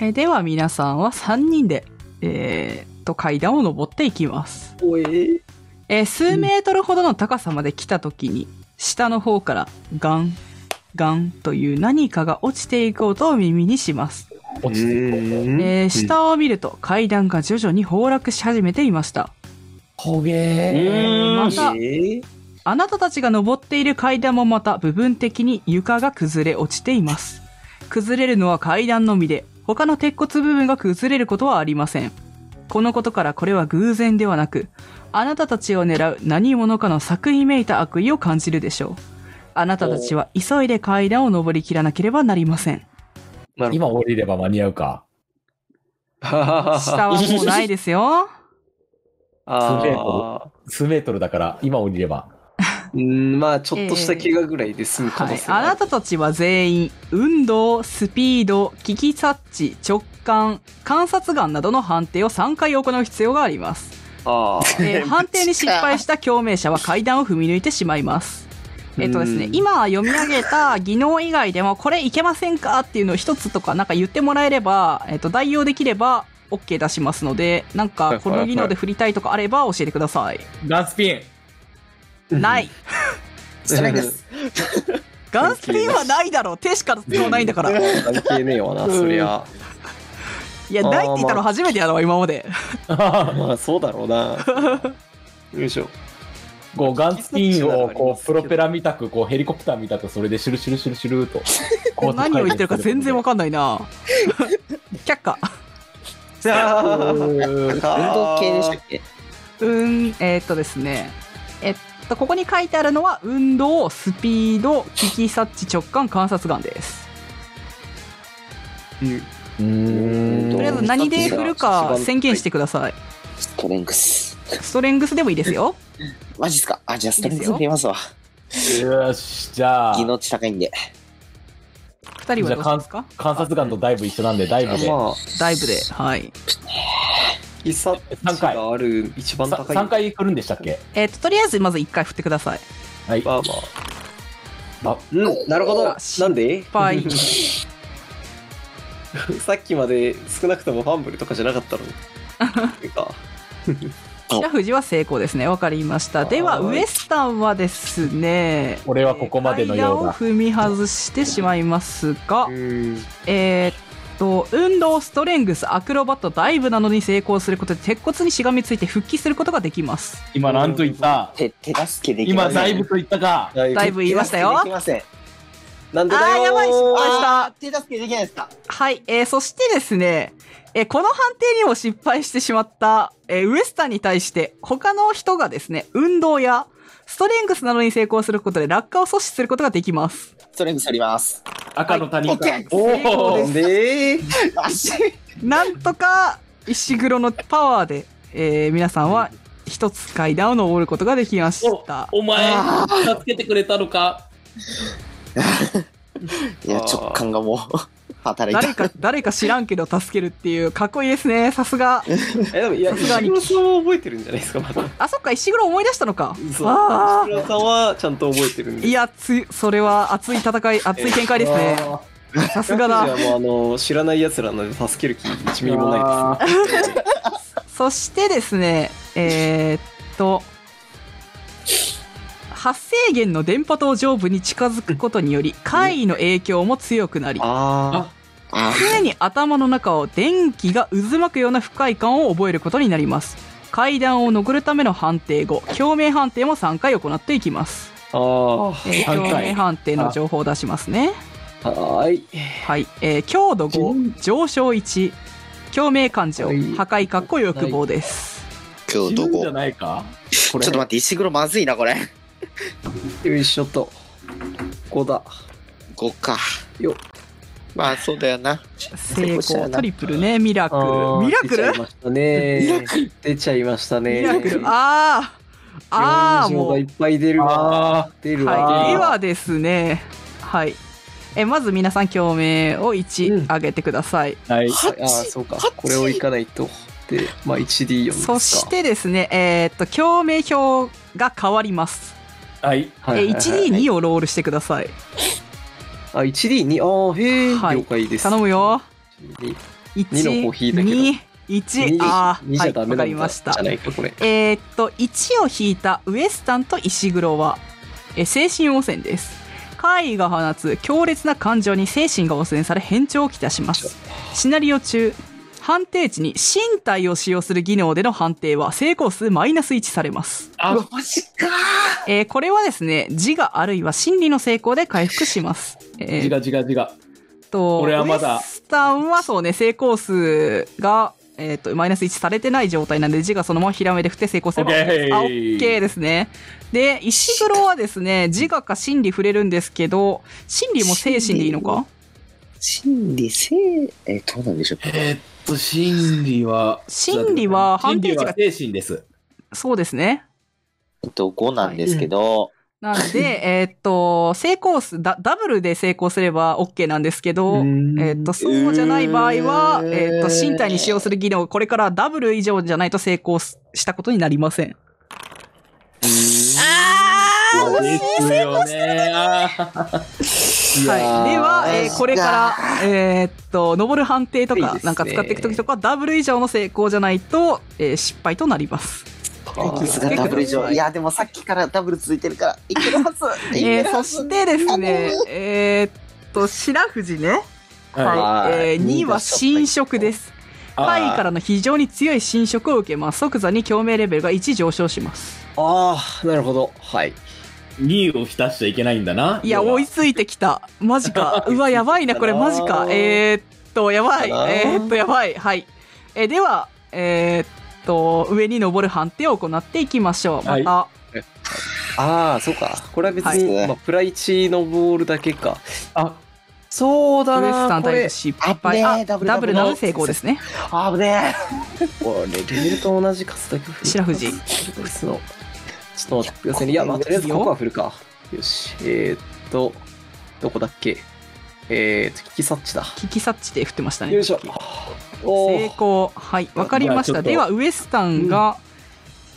[SPEAKER 1] えでは、皆さんは3人で、えーっと、階段を登っていきます。
[SPEAKER 2] おえ
[SPEAKER 1] えー数メートルほどの高さまで来た時に、下の方から、ガン、ガンという何かが落ちていく音を耳にします。
[SPEAKER 3] 落ちてる。
[SPEAKER 1] えー下を見ると階段が徐々に崩落し始めていました。
[SPEAKER 3] 焦げ
[SPEAKER 1] ーまた
[SPEAKER 2] え
[SPEAKER 1] あなたたちが登っている階段もまた部分的に床が崩れ落ちています。崩れるのは階段のみで、他の鉄骨部分が崩れることはありません。このことからこれは偶然ではなく、あなたたちを狙う何者かの作為めいた悪意を感じるでしょう。あなたたちは急いで階段を登りきらなければなりません。
[SPEAKER 2] なるほ
[SPEAKER 3] 今降りれば間に合うか。
[SPEAKER 2] ど。
[SPEAKER 1] 下はもうないですよ。
[SPEAKER 2] [LAUGHS] あ
[SPEAKER 3] すげえ
[SPEAKER 2] ー
[SPEAKER 3] 数メートルだから、今降りれば。 [LAUGHS]
[SPEAKER 2] うん、まあ、ちょっとした怪我ぐらいで済む可
[SPEAKER 1] は
[SPEAKER 2] 能
[SPEAKER 1] い、
[SPEAKER 2] 性
[SPEAKER 1] あ
[SPEAKER 2] は
[SPEAKER 1] なたたちは全員運動スピード危機察知直感観察眼などの判定を3回行う必要があり
[SPEAKER 2] [LAUGHS]
[SPEAKER 1] ます、
[SPEAKER 2] あー
[SPEAKER 3] [LAUGHS]
[SPEAKER 1] えー判定に失敗した共鳴者は階段を踏み抜いてしまいますえっとですね、
[SPEAKER 2] うん
[SPEAKER 1] 今読み上げた技能以外でも、これいけませんかっていうのを一つとかなんか言ってもらえれば、えっと、代用できれば OK 出しますので、なん
[SPEAKER 2] はい
[SPEAKER 1] か
[SPEAKER 2] はい
[SPEAKER 1] この技能で振りたいとかあれば教えてください。
[SPEAKER 6] ガンスピン。
[SPEAKER 2] [LAUGHS]
[SPEAKER 1] ない。
[SPEAKER 4] ストライクです。
[SPEAKER 1] ガンスピンはないだろう。手しか必要ないんだから。い
[SPEAKER 2] 関係ねえわな、そりゃ。
[SPEAKER 1] や、ないって言ったの初めてやろ、今まで。
[SPEAKER 2] まあ、そうだろうな。 [LAUGHS] よいしょ。
[SPEAKER 3] こうガンスピンをこうプロペラみたくこうヘリコプターみたくそれでシュルシュルシュルシュルとこ
[SPEAKER 1] [LAUGHS]
[SPEAKER 3] う
[SPEAKER 1] 何を言ってるか全然わかんないな。却下。
[SPEAKER 2] 運
[SPEAKER 4] 運動系でしたっけ
[SPEAKER 1] うん、えーっとですね。えっと、ここに書いてあるのは、運動、スピード、危機察知、直感、観察眼です。
[SPEAKER 3] うーん
[SPEAKER 1] とりあえず何で振るか
[SPEAKER 2] 一番
[SPEAKER 1] 宣言してください。
[SPEAKER 4] ストレングス。
[SPEAKER 1] ストレングスでもいいですよ。
[SPEAKER 4] マジっすかあ、じゃあストレング
[SPEAKER 1] いいです
[SPEAKER 4] ス
[SPEAKER 1] よ
[SPEAKER 4] 振りますわ。
[SPEAKER 3] [LAUGHS] よしじゃあ
[SPEAKER 4] 技能値高いんで。
[SPEAKER 1] 二人はどうしますか
[SPEAKER 3] 観察眼とダイブ一緒なんでダイブで
[SPEAKER 2] まあ、
[SPEAKER 1] ダイブで。はい。
[SPEAKER 2] 喫茶店がある一番高い。
[SPEAKER 3] 3回振るんでしたっけ
[SPEAKER 1] えっと、とりあえずまず一回振ってください。
[SPEAKER 3] はい
[SPEAKER 2] まあまあ。うん、なるほど。なんで
[SPEAKER 1] 失敗。
[SPEAKER 2] [LAUGHS] さっきまで少なくともファンブルとかじゃなかったのに。てか
[SPEAKER 1] 白藤は成功ですね。わかりました。では、
[SPEAKER 2] は
[SPEAKER 1] ウ
[SPEAKER 2] い
[SPEAKER 1] エスタンはですね、
[SPEAKER 3] 俺はここまでのようだ
[SPEAKER 1] 階段を踏み外してしまいますが、えーっと、運動、ストレングス、アクロバット、ダイブなどに成功することで、鉄骨にしがみついて復帰することができます。
[SPEAKER 3] 今なんと言った
[SPEAKER 4] 手、手助けできま
[SPEAKER 3] 今
[SPEAKER 4] せん。
[SPEAKER 3] ダイブと言ったか
[SPEAKER 2] だい
[SPEAKER 1] ダイ
[SPEAKER 2] ぶ。
[SPEAKER 1] ブ言いましたよ。あ
[SPEAKER 4] 手助けできません。
[SPEAKER 2] なんでだよ
[SPEAKER 1] ー、やばい、失敗した。
[SPEAKER 4] 手助けできないですか
[SPEAKER 1] はい、えー、そしてですね、えーこの判定にも失敗してしまった、えーウエスタンに対して、他の人がですね、運動や、ストレングスなどに成功することで落下を阻止することができます。
[SPEAKER 4] ストレングスあります。
[SPEAKER 3] 赤の他人か
[SPEAKER 4] はい
[SPEAKER 3] お
[SPEAKER 1] 成功
[SPEAKER 3] お
[SPEAKER 1] で
[SPEAKER 2] なんで
[SPEAKER 4] 足
[SPEAKER 1] なんとか、石黒のパワーで、えー皆さんは一つ階段を登ることができました。
[SPEAKER 6] お前、助けてくれたのか。
[SPEAKER 4] いや、直感がもう、働い
[SPEAKER 1] 誰
[SPEAKER 4] た。
[SPEAKER 1] か、誰か知らんけど助けるっていう、かっこいいですね。さすが。
[SPEAKER 2] え、でも、いや、
[SPEAKER 1] さ
[SPEAKER 2] 石
[SPEAKER 1] すがに
[SPEAKER 2] 黒さんは覚えてるんじゃないですか、まだ。
[SPEAKER 1] あ、そっか、石黒思い出したのか。
[SPEAKER 2] そう。
[SPEAKER 1] あ
[SPEAKER 2] 石黒さんはちゃんと覚えてるん
[SPEAKER 1] あ。
[SPEAKER 2] で。
[SPEAKER 1] いや、つ、それは熱い戦い、熱い展開ですね。さすが
[SPEAKER 2] [LAUGHS]
[SPEAKER 1] だ。
[SPEAKER 2] じゃあもうあの知らない奴らなので助ける気1ミリもない
[SPEAKER 3] あー
[SPEAKER 1] そしてですね、えーっと、発生源の電波塔上部に近づくことにより、怪異の影響も強くなり、
[SPEAKER 2] あ
[SPEAKER 4] あ
[SPEAKER 1] 常に頭の中を電気が渦巻くような不快感を覚えることになります階段を登るための判定後共鳴判定も3回行っていきます、
[SPEAKER 2] あ
[SPEAKER 1] え
[SPEAKER 2] あ
[SPEAKER 1] ー
[SPEAKER 3] 三
[SPEAKER 1] 共
[SPEAKER 3] 回
[SPEAKER 1] 鳴判定の情報を出しますね
[SPEAKER 2] あはーい
[SPEAKER 1] はい、えー強度5上昇1共鳴感情
[SPEAKER 2] は
[SPEAKER 1] 破壊
[SPEAKER 2] い
[SPEAKER 1] かっこ欲望です
[SPEAKER 4] 今日
[SPEAKER 3] 死ぬ
[SPEAKER 4] ど
[SPEAKER 3] んじゃ
[SPEAKER 4] こ
[SPEAKER 3] ないか
[SPEAKER 4] ちょっと待って、石黒まずいな、これ。
[SPEAKER 2] よいしょとここだ
[SPEAKER 4] 5か。
[SPEAKER 2] よ
[SPEAKER 4] まあ、そうだよな。
[SPEAKER 1] 成
[SPEAKER 4] 功したよ
[SPEAKER 1] 功
[SPEAKER 4] な
[SPEAKER 1] トリプルねミラクルミラク
[SPEAKER 2] 出
[SPEAKER 1] ル
[SPEAKER 2] ちゃいましたね出ちゃいましたね
[SPEAKER 1] ミラクルあーあー
[SPEAKER 2] 表情
[SPEAKER 1] も
[SPEAKER 2] が
[SPEAKER 1] う
[SPEAKER 2] いっぱい出るわ
[SPEAKER 3] あ
[SPEAKER 2] 出るわ、
[SPEAKER 1] はい、ではですね、はい、えまず皆さん共鳴を
[SPEAKER 2] うん
[SPEAKER 1] 1上げてください、
[SPEAKER 3] ーはい
[SPEAKER 2] はいああそうかこれをいかないとでまあ 1D4 ですか
[SPEAKER 1] そしてですねえーっと共鳴表が変わります、
[SPEAKER 3] はい
[SPEAKER 2] はいはい
[SPEAKER 1] え
[SPEAKER 2] はい
[SPEAKER 1] 1D2 をロールしてください、
[SPEAKER 2] あ 1D2 ああへえ、
[SPEAKER 1] はい
[SPEAKER 2] 了解です
[SPEAKER 1] 頼むよ
[SPEAKER 2] 2二のコーヒーだけど
[SPEAKER 1] 121あー
[SPEAKER 2] じ
[SPEAKER 1] は
[SPEAKER 2] ゃ
[SPEAKER 1] い
[SPEAKER 2] ダ
[SPEAKER 1] わ
[SPEAKER 2] メ
[SPEAKER 1] か
[SPEAKER 2] な
[SPEAKER 1] り
[SPEAKER 2] ん
[SPEAKER 1] ま
[SPEAKER 2] だ
[SPEAKER 1] した
[SPEAKER 2] じゃないかこれ
[SPEAKER 1] えーっと、1を引いたウエスタンと石黒は、えー精神汚染です。怪異が放つ強烈な感情に精神が汚染され変調をきたします。シナリオ中、判定値に身体を使用する技能での判定は成功数マイナス1されます。
[SPEAKER 3] あ
[SPEAKER 4] マジか
[SPEAKER 1] えーこれはですね、自我あるいは心理の成功で回復します。え
[SPEAKER 3] 違
[SPEAKER 1] ーっ
[SPEAKER 3] う違う違う
[SPEAKER 1] と、
[SPEAKER 3] 俺はまだ
[SPEAKER 1] ウエスタンはそうね、成功数が、えーっと、マイナス1されてない状態なんで、自我そのままひらめで振って成功す
[SPEAKER 3] オ
[SPEAKER 1] れ
[SPEAKER 3] ッ
[SPEAKER 1] ば
[SPEAKER 3] ケー
[SPEAKER 1] あ、オッケーですね。で、石黒はですね、自我か心理触れるんですけど、心理も精神でいいのか
[SPEAKER 4] 心理性、えー、どうなんでしょう
[SPEAKER 3] えーっと心理は
[SPEAKER 1] 心理は判定値が
[SPEAKER 3] 心理は精神です
[SPEAKER 1] そうですね。
[SPEAKER 4] えっと、5なんですけど、
[SPEAKER 1] なんで、 [LAUGHS] えーっと、成功数ダ、ダブルで成功すれば OK なんですけど、えーっと、そうじゃない場合は、
[SPEAKER 4] うーん
[SPEAKER 1] えーっと、身体に使用する技能、これからダブル以上じゃないと成功すしたことになりません。
[SPEAKER 4] うーん
[SPEAKER 1] あー惜しい
[SPEAKER 6] ですよね。あー
[SPEAKER 1] はい、では、えーこれから、えーっと、登る判定と
[SPEAKER 2] いいで
[SPEAKER 1] か
[SPEAKER 2] す、ね
[SPEAKER 1] なんか使っていくときとか、ダブル以上の成功じゃないと、えー失敗となります。
[SPEAKER 4] さすがダブル以上いやでもさっきからダブル続いてるからいけるはずい
[SPEAKER 1] え
[SPEAKER 4] け
[SPEAKER 1] ー
[SPEAKER 4] る
[SPEAKER 1] そ
[SPEAKER 4] はず
[SPEAKER 1] してですね、えーっと、白藤ね。はい。えー、2位は新色です。パイからの非常に強い侵食を受けます。即座に共鳴レベルが1上昇します。
[SPEAKER 2] ああ、なるほど。はい。
[SPEAKER 3] 2位を浸しちゃいけないんだな。
[SPEAKER 1] いや、追いついてきた。マジ
[SPEAKER 2] [LAUGHS]
[SPEAKER 1] か。うわ、やばいな、これ、マジか。えーっと、やばい。
[SPEAKER 2] かな
[SPEAKER 1] えーっと、やばい。はい。えーでは、えーっと、上に登る判定を行っていきましょう。また、
[SPEAKER 2] ああ、そうか。これは別に、
[SPEAKER 4] はい
[SPEAKER 2] まあ、プライチのボールだけか。
[SPEAKER 3] あ、
[SPEAKER 2] そうだ
[SPEAKER 1] ウエスタ
[SPEAKER 2] な、
[SPEAKER 1] ン
[SPEAKER 2] こ
[SPEAKER 1] タイ
[SPEAKER 2] れ
[SPEAKER 1] プ。失
[SPEAKER 4] あ
[SPEAKER 1] 敗。
[SPEAKER 4] ね
[SPEAKER 1] あ、ダ
[SPEAKER 4] ダブルダ
[SPEAKER 1] ブ
[SPEAKER 4] ブ
[SPEAKER 1] ル
[SPEAKER 4] ル
[SPEAKER 1] なの成功
[SPEAKER 2] [LAUGHS]
[SPEAKER 1] ですね。
[SPEAKER 4] あぶね
[SPEAKER 2] これ、レベルと同じ数だけ振る。
[SPEAKER 1] 白
[SPEAKER 2] [LAUGHS]
[SPEAKER 1] 藤
[SPEAKER 2] ちょっと待ってくださいね。いや、まあ、とりあえずここは振るか。よし。えー、っと、どこだっけえー、っと、キキサッチだ。
[SPEAKER 1] 聞き察知で振ってましたね。
[SPEAKER 2] よいしょ。お
[SPEAKER 1] 成
[SPEAKER 2] ー
[SPEAKER 1] 功はいわかりまし
[SPEAKER 3] ま
[SPEAKER 1] た
[SPEAKER 3] あちょっと
[SPEAKER 1] ではウエスタンが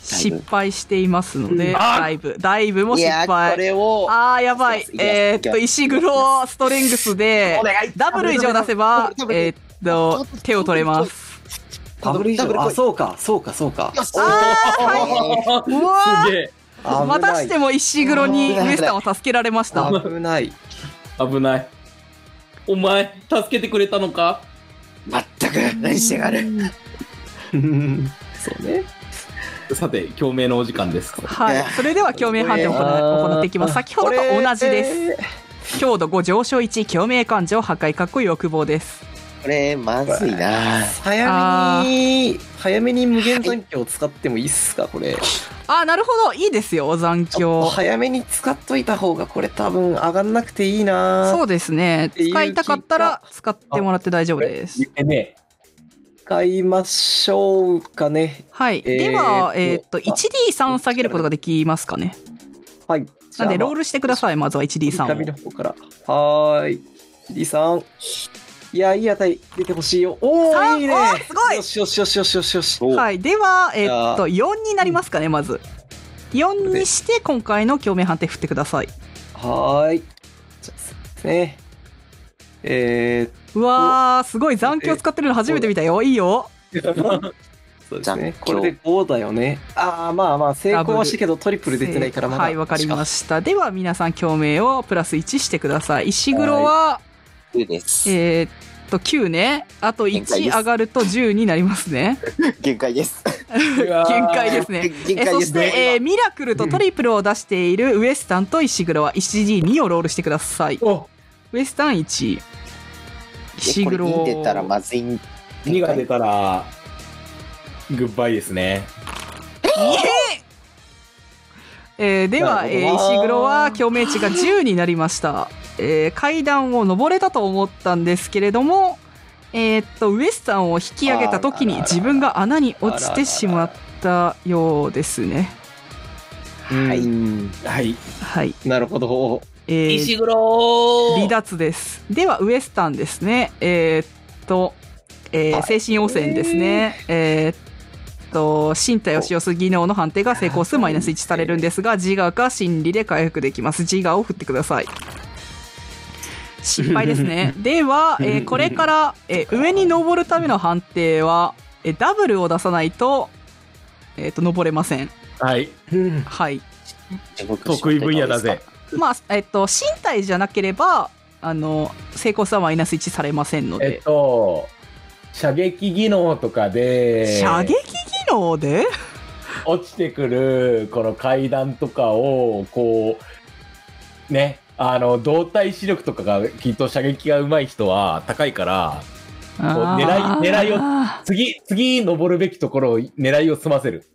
[SPEAKER 1] 失敗していますので、だいぶだいぶも
[SPEAKER 4] えい
[SPEAKER 1] 失
[SPEAKER 4] やこ
[SPEAKER 1] 敗
[SPEAKER 4] れを
[SPEAKER 1] あーやばい
[SPEAKER 4] いや
[SPEAKER 1] えーっと
[SPEAKER 4] いや
[SPEAKER 1] 石黒ストレングスで
[SPEAKER 4] お願い
[SPEAKER 1] ダブル以上出せば
[SPEAKER 4] ダブル
[SPEAKER 1] えーっと手を取れます
[SPEAKER 2] ダブル以
[SPEAKER 4] ダブル
[SPEAKER 2] 上。
[SPEAKER 4] 来い
[SPEAKER 2] あ、そうか、そうか、そうか。
[SPEAKER 4] よし
[SPEAKER 1] うわ
[SPEAKER 6] すげえ。
[SPEAKER 1] ーまたしても石黒に
[SPEAKER 4] 危ない
[SPEAKER 1] ウエスタンを助けられました
[SPEAKER 2] 危ない。
[SPEAKER 6] 危ない。お前、助けてくれたのか
[SPEAKER 4] まったく何してがる
[SPEAKER 2] 危ないそうね。
[SPEAKER 3] さて、共鳴のお時間です。
[SPEAKER 1] はいそれでは共鳴判定を行う行っていきます先ほどと同じです
[SPEAKER 2] す。
[SPEAKER 1] 強度5上昇1共鳴感情破壊かっこいい欲望です
[SPEAKER 4] これまずいな
[SPEAKER 2] 早めに、早めに無限残響を使ってもいいっすか、これ。
[SPEAKER 1] あーなるほどいいですよ残
[SPEAKER 2] ちょっと
[SPEAKER 1] 響
[SPEAKER 2] 早めに使っといた方が、これ多分上がんなくていいな
[SPEAKER 1] そうですね。
[SPEAKER 2] ていう
[SPEAKER 1] 使いたかったら使ってもらって大丈夫です。
[SPEAKER 3] ね、
[SPEAKER 2] 使いましょうかね。
[SPEAKER 1] はい。
[SPEAKER 2] えー
[SPEAKER 1] では、え
[SPEAKER 2] え
[SPEAKER 1] ー
[SPEAKER 2] ー
[SPEAKER 1] っと、1D3 下げることができますかね。
[SPEAKER 2] はい。
[SPEAKER 1] なんで、ロー
[SPEAKER 2] ル
[SPEAKER 1] ルしてください。まずは 1D3
[SPEAKER 2] の
[SPEAKER 1] を。
[SPEAKER 2] 方から。はーい。D さん。いや、いい値出てほしいよ。お
[SPEAKER 1] さん
[SPEAKER 2] ー、いいね
[SPEAKER 1] おーすごい
[SPEAKER 2] よしよしよしよしよしよし。
[SPEAKER 1] はい。では、えーっと、
[SPEAKER 2] あ
[SPEAKER 1] 4になりますかね、まず。4にして、今回の共鳴判定振ってください。
[SPEAKER 2] はーい。じゃあそうですね。え
[SPEAKER 1] うわー、すごい残響使ってるの初めて見たよ。いいよ。
[SPEAKER 2] ー、そうですね。
[SPEAKER 4] じゃ
[SPEAKER 2] こ
[SPEAKER 4] あ
[SPEAKER 2] れで5だよね。ああ、まあまあ、成功はしたけど、トリプル出てないからまだ。
[SPEAKER 1] はい、わかりました。では、皆さん共鳴をプラス1してください。石黒は、
[SPEAKER 4] 9です
[SPEAKER 1] えーっと、9ね。あと
[SPEAKER 4] 限界で
[SPEAKER 1] 1
[SPEAKER 4] す
[SPEAKER 1] 上がると10になりますね。
[SPEAKER 4] 限界です
[SPEAKER 1] [LAUGHS] 限界ですね。
[SPEAKER 4] 限
[SPEAKER 1] え
[SPEAKER 4] 界
[SPEAKER 1] そ
[SPEAKER 4] で
[SPEAKER 1] し
[SPEAKER 4] す
[SPEAKER 1] て、えーミラクルとトリプルを出しているウエスタンと石黒は 1D2 をロールしてください。
[SPEAKER 3] お
[SPEAKER 1] ウエスタン1、石
[SPEAKER 4] これ
[SPEAKER 1] 黒
[SPEAKER 4] 2出たらまずいん
[SPEAKER 3] 2が出たら、グッバイですね。
[SPEAKER 1] えーでは、
[SPEAKER 2] な
[SPEAKER 1] え
[SPEAKER 2] る
[SPEAKER 1] ー
[SPEAKER 2] ほどな
[SPEAKER 1] 石黒は共鳴値が10になりました。えー階段を登れたと思ったんですけれども、えーっと、ウエスタンを引き上げた時に
[SPEAKER 2] あらららら
[SPEAKER 1] 自分が穴に落ちてしまったようですね。
[SPEAKER 2] は
[SPEAKER 4] はい
[SPEAKER 3] はい。
[SPEAKER 1] はい。
[SPEAKER 2] なるほど。
[SPEAKER 1] えー
[SPEAKER 6] 石黒
[SPEAKER 1] 離脱です。では、ウエスタンですね。えーっと、えー精神汚染ですね。えーっと、身体を使用する技能の判定が成功数マイナス1されるんですが、自我か心理で回復できます。自我を振ってください。失敗ですね。では、えーこれから、えー上に登るための判定は、えーダブルを出さないと、えーっと、登れません。
[SPEAKER 3] はい。
[SPEAKER 1] はい。
[SPEAKER 3] 得意分野だぜ。
[SPEAKER 1] まあ、えっと、身体じゃなければ、あの、成功数はマイナス1されませんの
[SPEAKER 3] え
[SPEAKER 1] で
[SPEAKER 3] っ。と、射撃技能とかで、
[SPEAKER 1] 射撃技能で
[SPEAKER 3] 落ちてくる、この階段とかを、こう、ね、あの、動体視力とかが、きっと射撃が上手い人は高いから、狙い
[SPEAKER 1] あー
[SPEAKER 3] 狙いを次、次登るべきところを狙いを済ませる。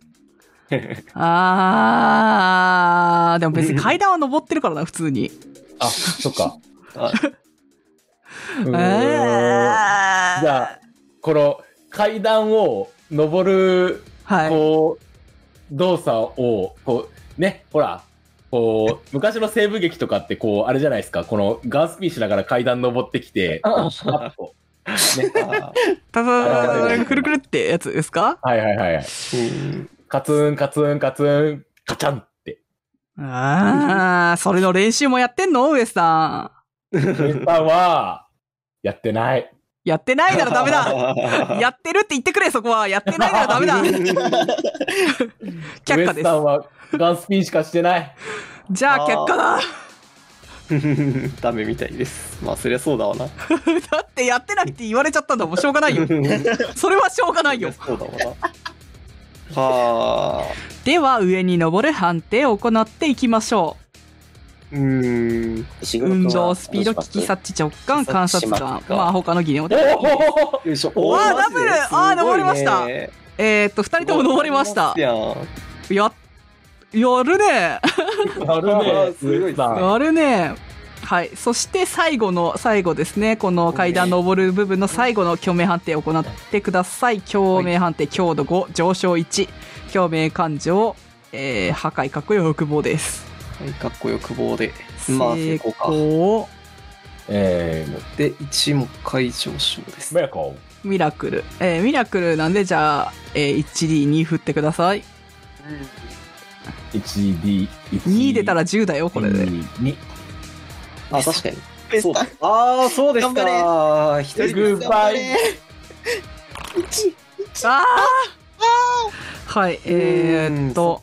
[SPEAKER 1] あー、でも
[SPEAKER 3] [LAUGHS]
[SPEAKER 1] 別に階段は登ってるからな、普通に。
[SPEAKER 3] あ、そっか。
[SPEAKER 2] あ
[SPEAKER 3] うーん
[SPEAKER 1] えー
[SPEAKER 3] じゃあ、この階段を登る、
[SPEAKER 1] はい。
[SPEAKER 3] こう、動作を、こう、ね、ほら、こう、昔の西部劇とかって、こう、あれじゃないですか、このガンスピンしながら階段登ってきて、
[SPEAKER 2] あ
[SPEAKER 3] パッとね、
[SPEAKER 2] あ
[SPEAKER 1] ただ、くるくるってや
[SPEAKER 3] [LAUGHS]
[SPEAKER 1] つですか
[SPEAKER 3] はいはいはい。
[SPEAKER 2] うん
[SPEAKER 3] カツンカツンカツン、カチャンって。
[SPEAKER 1] ああ、それの練習もやってんの上さ
[SPEAKER 3] 上さんは、やってない。
[SPEAKER 1] ん。やってないな [LAUGHS] らダメ
[SPEAKER 3] [LAUGHS]
[SPEAKER 1] だ。やってるって言ってくれ、そこは。やってないならダメだ。却下
[SPEAKER 3] 上
[SPEAKER 1] で
[SPEAKER 3] さん
[SPEAKER 1] す。
[SPEAKER 3] は、ガンスピンしかしてない。
[SPEAKER 1] じゃあ却下だ。
[SPEAKER 2] [LAUGHS] ダメみたいです。まあ、そりゃそうだわな。
[SPEAKER 1] だってやってないって言われちゃったんだもん。しょうが
[SPEAKER 3] [LAUGHS]
[SPEAKER 1] ないよ。それはしょうがないよ。
[SPEAKER 2] [LAUGHS] そうだわな。はあ。
[SPEAKER 1] では、上に登る判定を行っていきましょ
[SPEAKER 2] うーん。
[SPEAKER 4] 石
[SPEAKER 1] う。
[SPEAKER 4] 黒君
[SPEAKER 1] 運
[SPEAKER 4] は
[SPEAKER 1] 動、スピード、
[SPEAKER 4] ど
[SPEAKER 1] 聞
[SPEAKER 4] うし
[SPEAKER 1] き
[SPEAKER 4] ます
[SPEAKER 1] 察知、直感、観察
[SPEAKER 4] しま
[SPEAKER 1] 眼
[SPEAKER 4] す。か
[SPEAKER 1] まあ、他の技能
[SPEAKER 3] お
[SPEAKER 1] で。
[SPEAKER 3] お
[SPEAKER 2] よいしょ。
[SPEAKER 1] おー
[SPEAKER 2] マジで
[SPEAKER 1] ダブル
[SPEAKER 2] すごい
[SPEAKER 1] あー登りました
[SPEAKER 2] ね
[SPEAKER 1] えーっと、二人とも登りました。
[SPEAKER 2] い
[SPEAKER 1] や、
[SPEAKER 2] やー
[SPEAKER 1] やるね。
[SPEAKER 3] なるね、
[SPEAKER 2] すごい
[SPEAKER 3] 上さん。
[SPEAKER 1] あるね。はい。そして最後の、最後ですね。この階段登る部分の最後の共鳴判定を行ってください。共鳴判定、強度5、上昇1。共鳴感情、えー、破壊、かっこよい欲望です。
[SPEAKER 2] はい、かっこよく棒で。まあ、成
[SPEAKER 1] 成
[SPEAKER 2] 功か。
[SPEAKER 1] 功、
[SPEAKER 3] えー、
[SPEAKER 2] で、1も回上昇です。
[SPEAKER 3] メコ。
[SPEAKER 1] ミラクル。えー、ミラクルなんで、じゃあ、えー、1D2 振ってください。
[SPEAKER 3] 1D。
[SPEAKER 1] 2出たら10だよ、これで。
[SPEAKER 3] 2。
[SPEAKER 2] あ、確かに。
[SPEAKER 5] ベ
[SPEAKER 2] そう
[SPEAKER 5] ス
[SPEAKER 2] だ
[SPEAKER 5] ト。
[SPEAKER 2] ああ、そうです
[SPEAKER 5] 頑
[SPEAKER 2] か。一人
[SPEAKER 3] グッバイ。
[SPEAKER 1] ああはい、え
[SPEAKER 2] うー
[SPEAKER 1] ー、
[SPEAKER 2] ん
[SPEAKER 1] っと、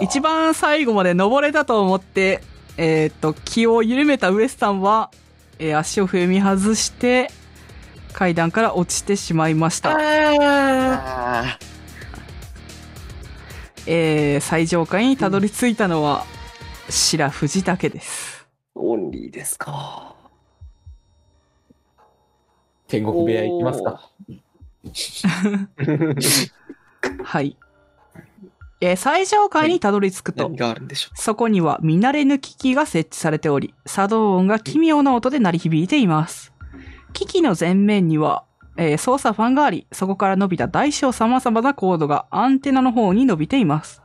[SPEAKER 1] 一番最後まで登れたと思って、えーっと、気を緩めたウエスさんは、えー足を踏み外して、階段から落ちてしまいました。
[SPEAKER 5] あ
[SPEAKER 1] えー最上階にたどり着いたのは、白藤だけです。
[SPEAKER 2] オンリーですか。
[SPEAKER 3] 天国部屋行きますか。
[SPEAKER 1] はい。えー最上階にたどり着くと
[SPEAKER 2] 何、があるんでしょ
[SPEAKER 1] そこには見慣れぬ機器が設置されており、作動音が奇妙な音で鳴り響いています。機器の前面には、えー操作ファンがあり、そこから伸びた大小様々なコードがアンテナの方に伸びています。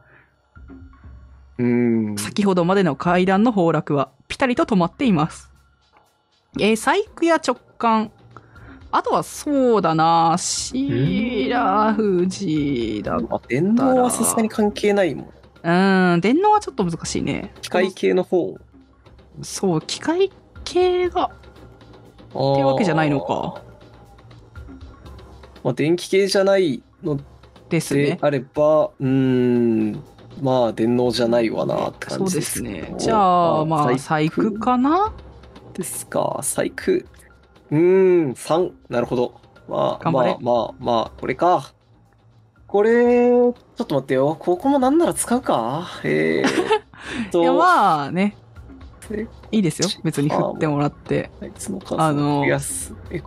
[SPEAKER 2] う。うーん。
[SPEAKER 1] 先ほどまでの階段の崩落はピタリと止まっています。えー、細工や直感。あとはそうだな、シラフジだ。う
[SPEAKER 2] まあ、電動はさすがに関係ないもん。
[SPEAKER 1] ーん、電脳はちょっと難しいね。
[SPEAKER 2] 機械系の方。
[SPEAKER 1] そう、機械系が
[SPEAKER 2] あー
[SPEAKER 1] ってわけじゃないのか。
[SPEAKER 2] まあ、電気系じゃないの
[SPEAKER 1] ですね
[SPEAKER 2] で。あれば、うーん、まあ、電脳じゃないわなって
[SPEAKER 1] そ
[SPEAKER 2] 感
[SPEAKER 1] う
[SPEAKER 2] じ
[SPEAKER 1] で
[SPEAKER 2] です
[SPEAKER 1] す
[SPEAKER 2] けど
[SPEAKER 1] ね。じゃあ、まあ、細
[SPEAKER 2] 細工
[SPEAKER 1] 工かな
[SPEAKER 2] ですか、細工。うーん、3、なるほど。まあ、
[SPEAKER 1] 頑
[SPEAKER 2] ま
[SPEAKER 1] 張れ
[SPEAKER 2] あ、まあ、まあ、これか。これ、ちょっと待ってよ。ここもなんなら使うか。
[SPEAKER 1] [LAUGHS]
[SPEAKER 2] えー、っ
[SPEAKER 1] い
[SPEAKER 2] と、
[SPEAKER 1] や、まあね
[SPEAKER 2] え。
[SPEAKER 1] いいですよ。別に振ってもらって。
[SPEAKER 2] あいつの数
[SPEAKER 1] あの
[SPEAKER 2] 増やす。え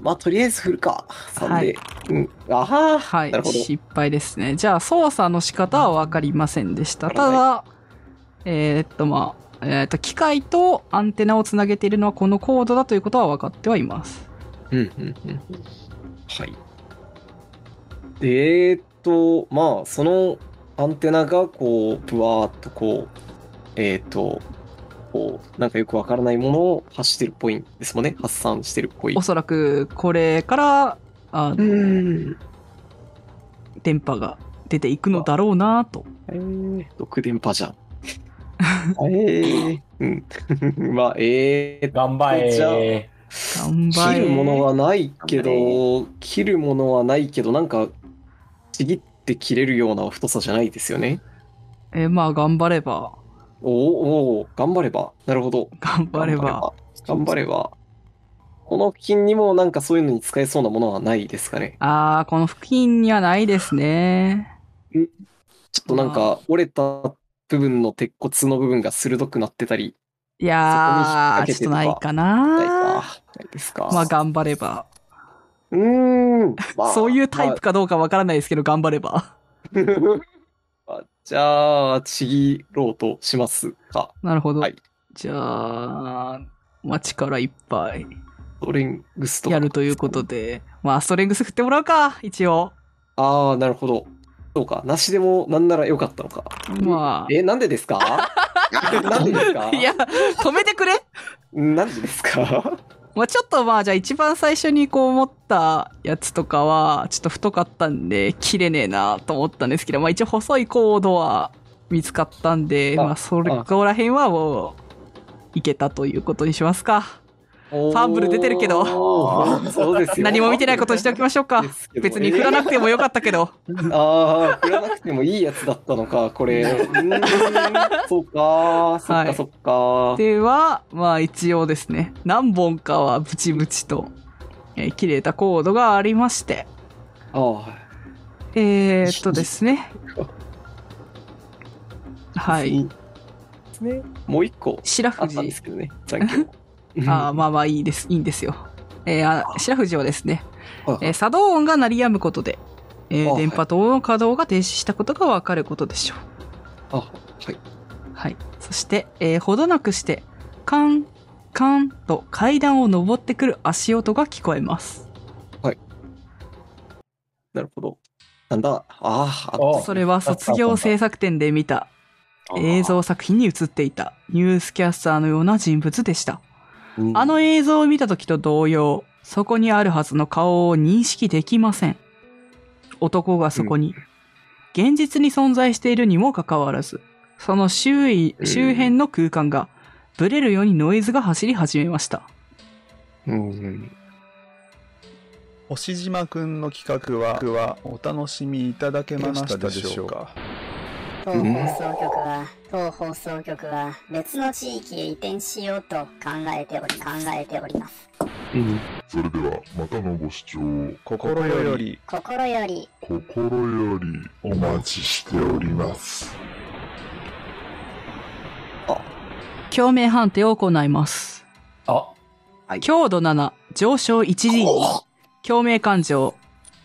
[SPEAKER 2] まあ、とりあえず振るか。3
[SPEAKER 1] は
[SPEAKER 2] で。
[SPEAKER 1] い
[SPEAKER 2] うん。あは
[SPEAKER 1] は
[SPEAKER 2] なる
[SPEAKER 1] い。
[SPEAKER 2] ほど
[SPEAKER 1] 失敗ですね。じゃあ、操作の仕方は分かりませんでした。
[SPEAKER 2] はい
[SPEAKER 1] ただ、えーっと、まあ、えーっと、機械とアンテナをつなげているのはこのコードだということは分かってはいます。
[SPEAKER 2] うんうんうん。はい。でえーっと、まあ、そのアンテナが、こう、ぶわーっとこう、えーっと、こう、なんかよくわからないものを発してるっぽいんですもんね。発散してるっぽい
[SPEAKER 1] お。そらく、これから、あ
[SPEAKER 2] うーん。
[SPEAKER 1] 電波が出ていくのだろうなと。
[SPEAKER 2] えー、毒電波じ [LAUGHS] ゃん。えー、うん。 [LAUGHS] まあ、えーっと、
[SPEAKER 3] 頑張
[SPEAKER 2] じゃあ
[SPEAKER 3] れ。
[SPEAKER 1] 頑張
[SPEAKER 2] 切
[SPEAKER 1] れ。
[SPEAKER 2] るものはないけ
[SPEAKER 4] 頑
[SPEAKER 2] ど、切るものはないけど、なんか、ちぎって切れるような太さじゃないですよね。
[SPEAKER 1] えーまあ、頑張れば。
[SPEAKER 2] おーおー頑張れば。なるほど。
[SPEAKER 1] 頑張れば。。
[SPEAKER 2] 頑張れば。この金にもなんかそういうのに使えそうなものはないですかね。
[SPEAKER 1] ああ、この付近にはないですね。
[SPEAKER 2] ちょっとなんか折れた部分の鉄骨の部分が鋭くなってたり、
[SPEAKER 1] いやー、ちょっ
[SPEAKER 2] そ
[SPEAKER 1] と
[SPEAKER 2] こに
[SPEAKER 1] な
[SPEAKER 2] 引
[SPEAKER 1] い
[SPEAKER 2] っ
[SPEAKER 1] か
[SPEAKER 2] 掛
[SPEAKER 1] な
[SPEAKER 2] ないか。ないですか。
[SPEAKER 1] まあ、頑張れば。
[SPEAKER 2] うーん。まあ
[SPEAKER 1] そういうタイプかどうかわからないですけど、頑張れば。
[SPEAKER 2] まあまあじゃあ、ちぎろうとしますか。
[SPEAKER 1] なるほど。
[SPEAKER 2] はい
[SPEAKER 1] じゃあ、まあ、力いっぱい
[SPEAKER 2] ストレングスとか
[SPEAKER 1] やるということで、まあ、ストレングス振ってもらうか、一応。
[SPEAKER 2] ああ、なるほど。そうか。なしでもなんならよかったのか。
[SPEAKER 1] ま
[SPEAKER 2] え、なんでで
[SPEAKER 1] [LAUGHS]
[SPEAKER 2] すかなんでですか
[SPEAKER 1] あ、いや、止めてくれ
[SPEAKER 2] なんでですか
[SPEAKER 1] まあ、ちょっとまあ、じゃあ一番最初にこう持ったやつとかは、ちょっと太かったんで、切れねえなと思ったんですけど、まあ一応細いコードは見つかったんで、
[SPEAKER 2] あ
[SPEAKER 1] まあ、それここら辺はもう、いけたということにしますか。ファンブル出てるけど
[SPEAKER 2] おーそうですよ
[SPEAKER 1] 何も見てないことにしておきましょうか
[SPEAKER 2] で。すけど
[SPEAKER 1] 別に振らなくてもよかったけど。
[SPEAKER 2] ああ、振らなくてもいいやつだったのか、
[SPEAKER 1] [LAUGHS]
[SPEAKER 2] これ。うーん、そうか、そっ
[SPEAKER 1] は
[SPEAKER 2] か
[SPEAKER 1] い
[SPEAKER 2] そっ
[SPEAKER 1] [LAUGHS]
[SPEAKER 2] か。
[SPEAKER 1] では、まあ一応ですね、何本かはブチブチと、えー切れたコードがありまして、
[SPEAKER 2] ああ、は
[SPEAKER 1] えー、っとです [LAUGHS] ね。はい。
[SPEAKER 2] ですね。もう一個
[SPEAKER 1] 白
[SPEAKER 2] あったん
[SPEAKER 1] 藤
[SPEAKER 2] ですけどね、じゃんけん。
[SPEAKER 1] [LAUGHS] あー
[SPEAKER 2] うん
[SPEAKER 1] まあまあいいです。いいんですよ。えー、あ白藤はですね、
[SPEAKER 2] はい
[SPEAKER 1] えー作動音が鳴りやむことで、えー
[SPEAKER 2] あはい
[SPEAKER 1] 電波塔の稼働が停止したことがわかることでしょう。
[SPEAKER 2] [LAUGHS] あ、はい。
[SPEAKER 1] はい。そして、えーほどなくして、カン、カンと階段を登ってくる足音が聞こえます。
[SPEAKER 2] なるほど。なんだ、ああ、
[SPEAKER 3] お
[SPEAKER 1] それは卒業制作展で見た映像作品に映っていたニュースキャスターのような人物でした。
[SPEAKER 2] うん
[SPEAKER 1] あの映像を見た時と同様、そこにあるはずの顔を認識できません。男がそこに、現実に存在しているにもかかわらず、その周囲、
[SPEAKER 2] うん
[SPEAKER 1] 周辺の空間が、ブレるようにノイズが走り始めました。
[SPEAKER 2] うんうん。
[SPEAKER 7] 星島くんの企画ははお楽しみいただけましたでしょうか
[SPEAKER 8] 当放送局は、当放送局は別の地域へ移転しようと考えており、考えております。
[SPEAKER 2] うん
[SPEAKER 9] それではまたのご視聴を
[SPEAKER 7] 心より
[SPEAKER 8] 心より、
[SPEAKER 9] 心よりお待ちしております。
[SPEAKER 1] 共鳴判定を行います。
[SPEAKER 3] あ
[SPEAKER 1] 強度7、上昇 1D、共鳴感情、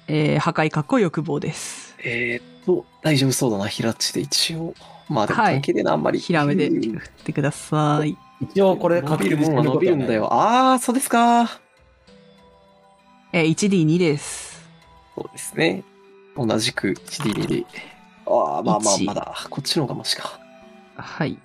[SPEAKER 1] えー破壊括弧欲望です。
[SPEAKER 2] えーっと、大丈夫そうだな、平地で一応。まあでも
[SPEAKER 1] はい
[SPEAKER 2] 関係ねえな、あんまり。
[SPEAKER 1] ひらめで
[SPEAKER 2] うん
[SPEAKER 1] 振ってください。
[SPEAKER 3] 一応これ
[SPEAKER 2] 伸びるもんは伸びるんだよ。ああ、そうですか。
[SPEAKER 1] えー 1D2 です。
[SPEAKER 2] そうですね。同じく 1D2 で。ああ、まあまあ、
[SPEAKER 1] 一
[SPEAKER 2] まだ、こっちの方がマシか。
[SPEAKER 1] はい。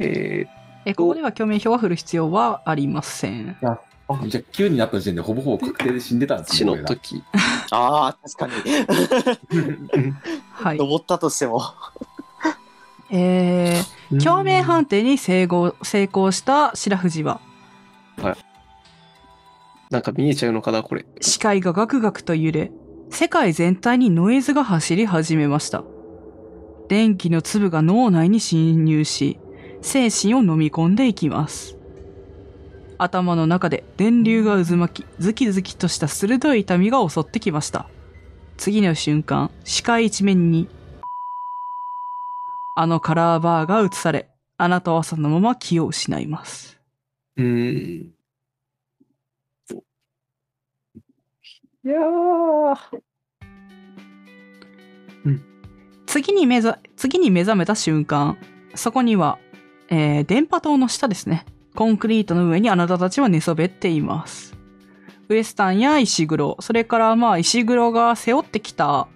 [SPEAKER 2] えー、
[SPEAKER 1] えーここでは共鳴票は振る必要はありません。
[SPEAKER 3] あじゃあ9になった時点でほぼほぼ確定で死んでたんです
[SPEAKER 2] 死
[SPEAKER 3] ね
[SPEAKER 2] の [LAUGHS] 時。
[SPEAKER 4] ああ、確かに。
[SPEAKER 1] はい。
[SPEAKER 4] 登ったとしても。
[SPEAKER 1] えー、共鳴判定に成功成功した白藤は、
[SPEAKER 2] なんか見えちゃうのかな、これ。
[SPEAKER 1] 視界がガクガクと揺れ、世界全体にノイズが走り始めました。電気の粒が脳内に侵入し、精神を飲み込んでいきます。頭の中で電流が渦巻き、ズキズキとした鋭い痛みが襲ってきました。次の瞬間、視界一面に、あのカラーバーが映され、あなたはそのまま気を失います。
[SPEAKER 2] うーん。いやー。
[SPEAKER 1] 次に目覚、次に目覚めた瞬間、そこには、えー電波塔の下ですね。コンクリートの上にあなたたちは寝そべっています。ウエスタンや石黒、それからまあ石黒が背負ってきたっ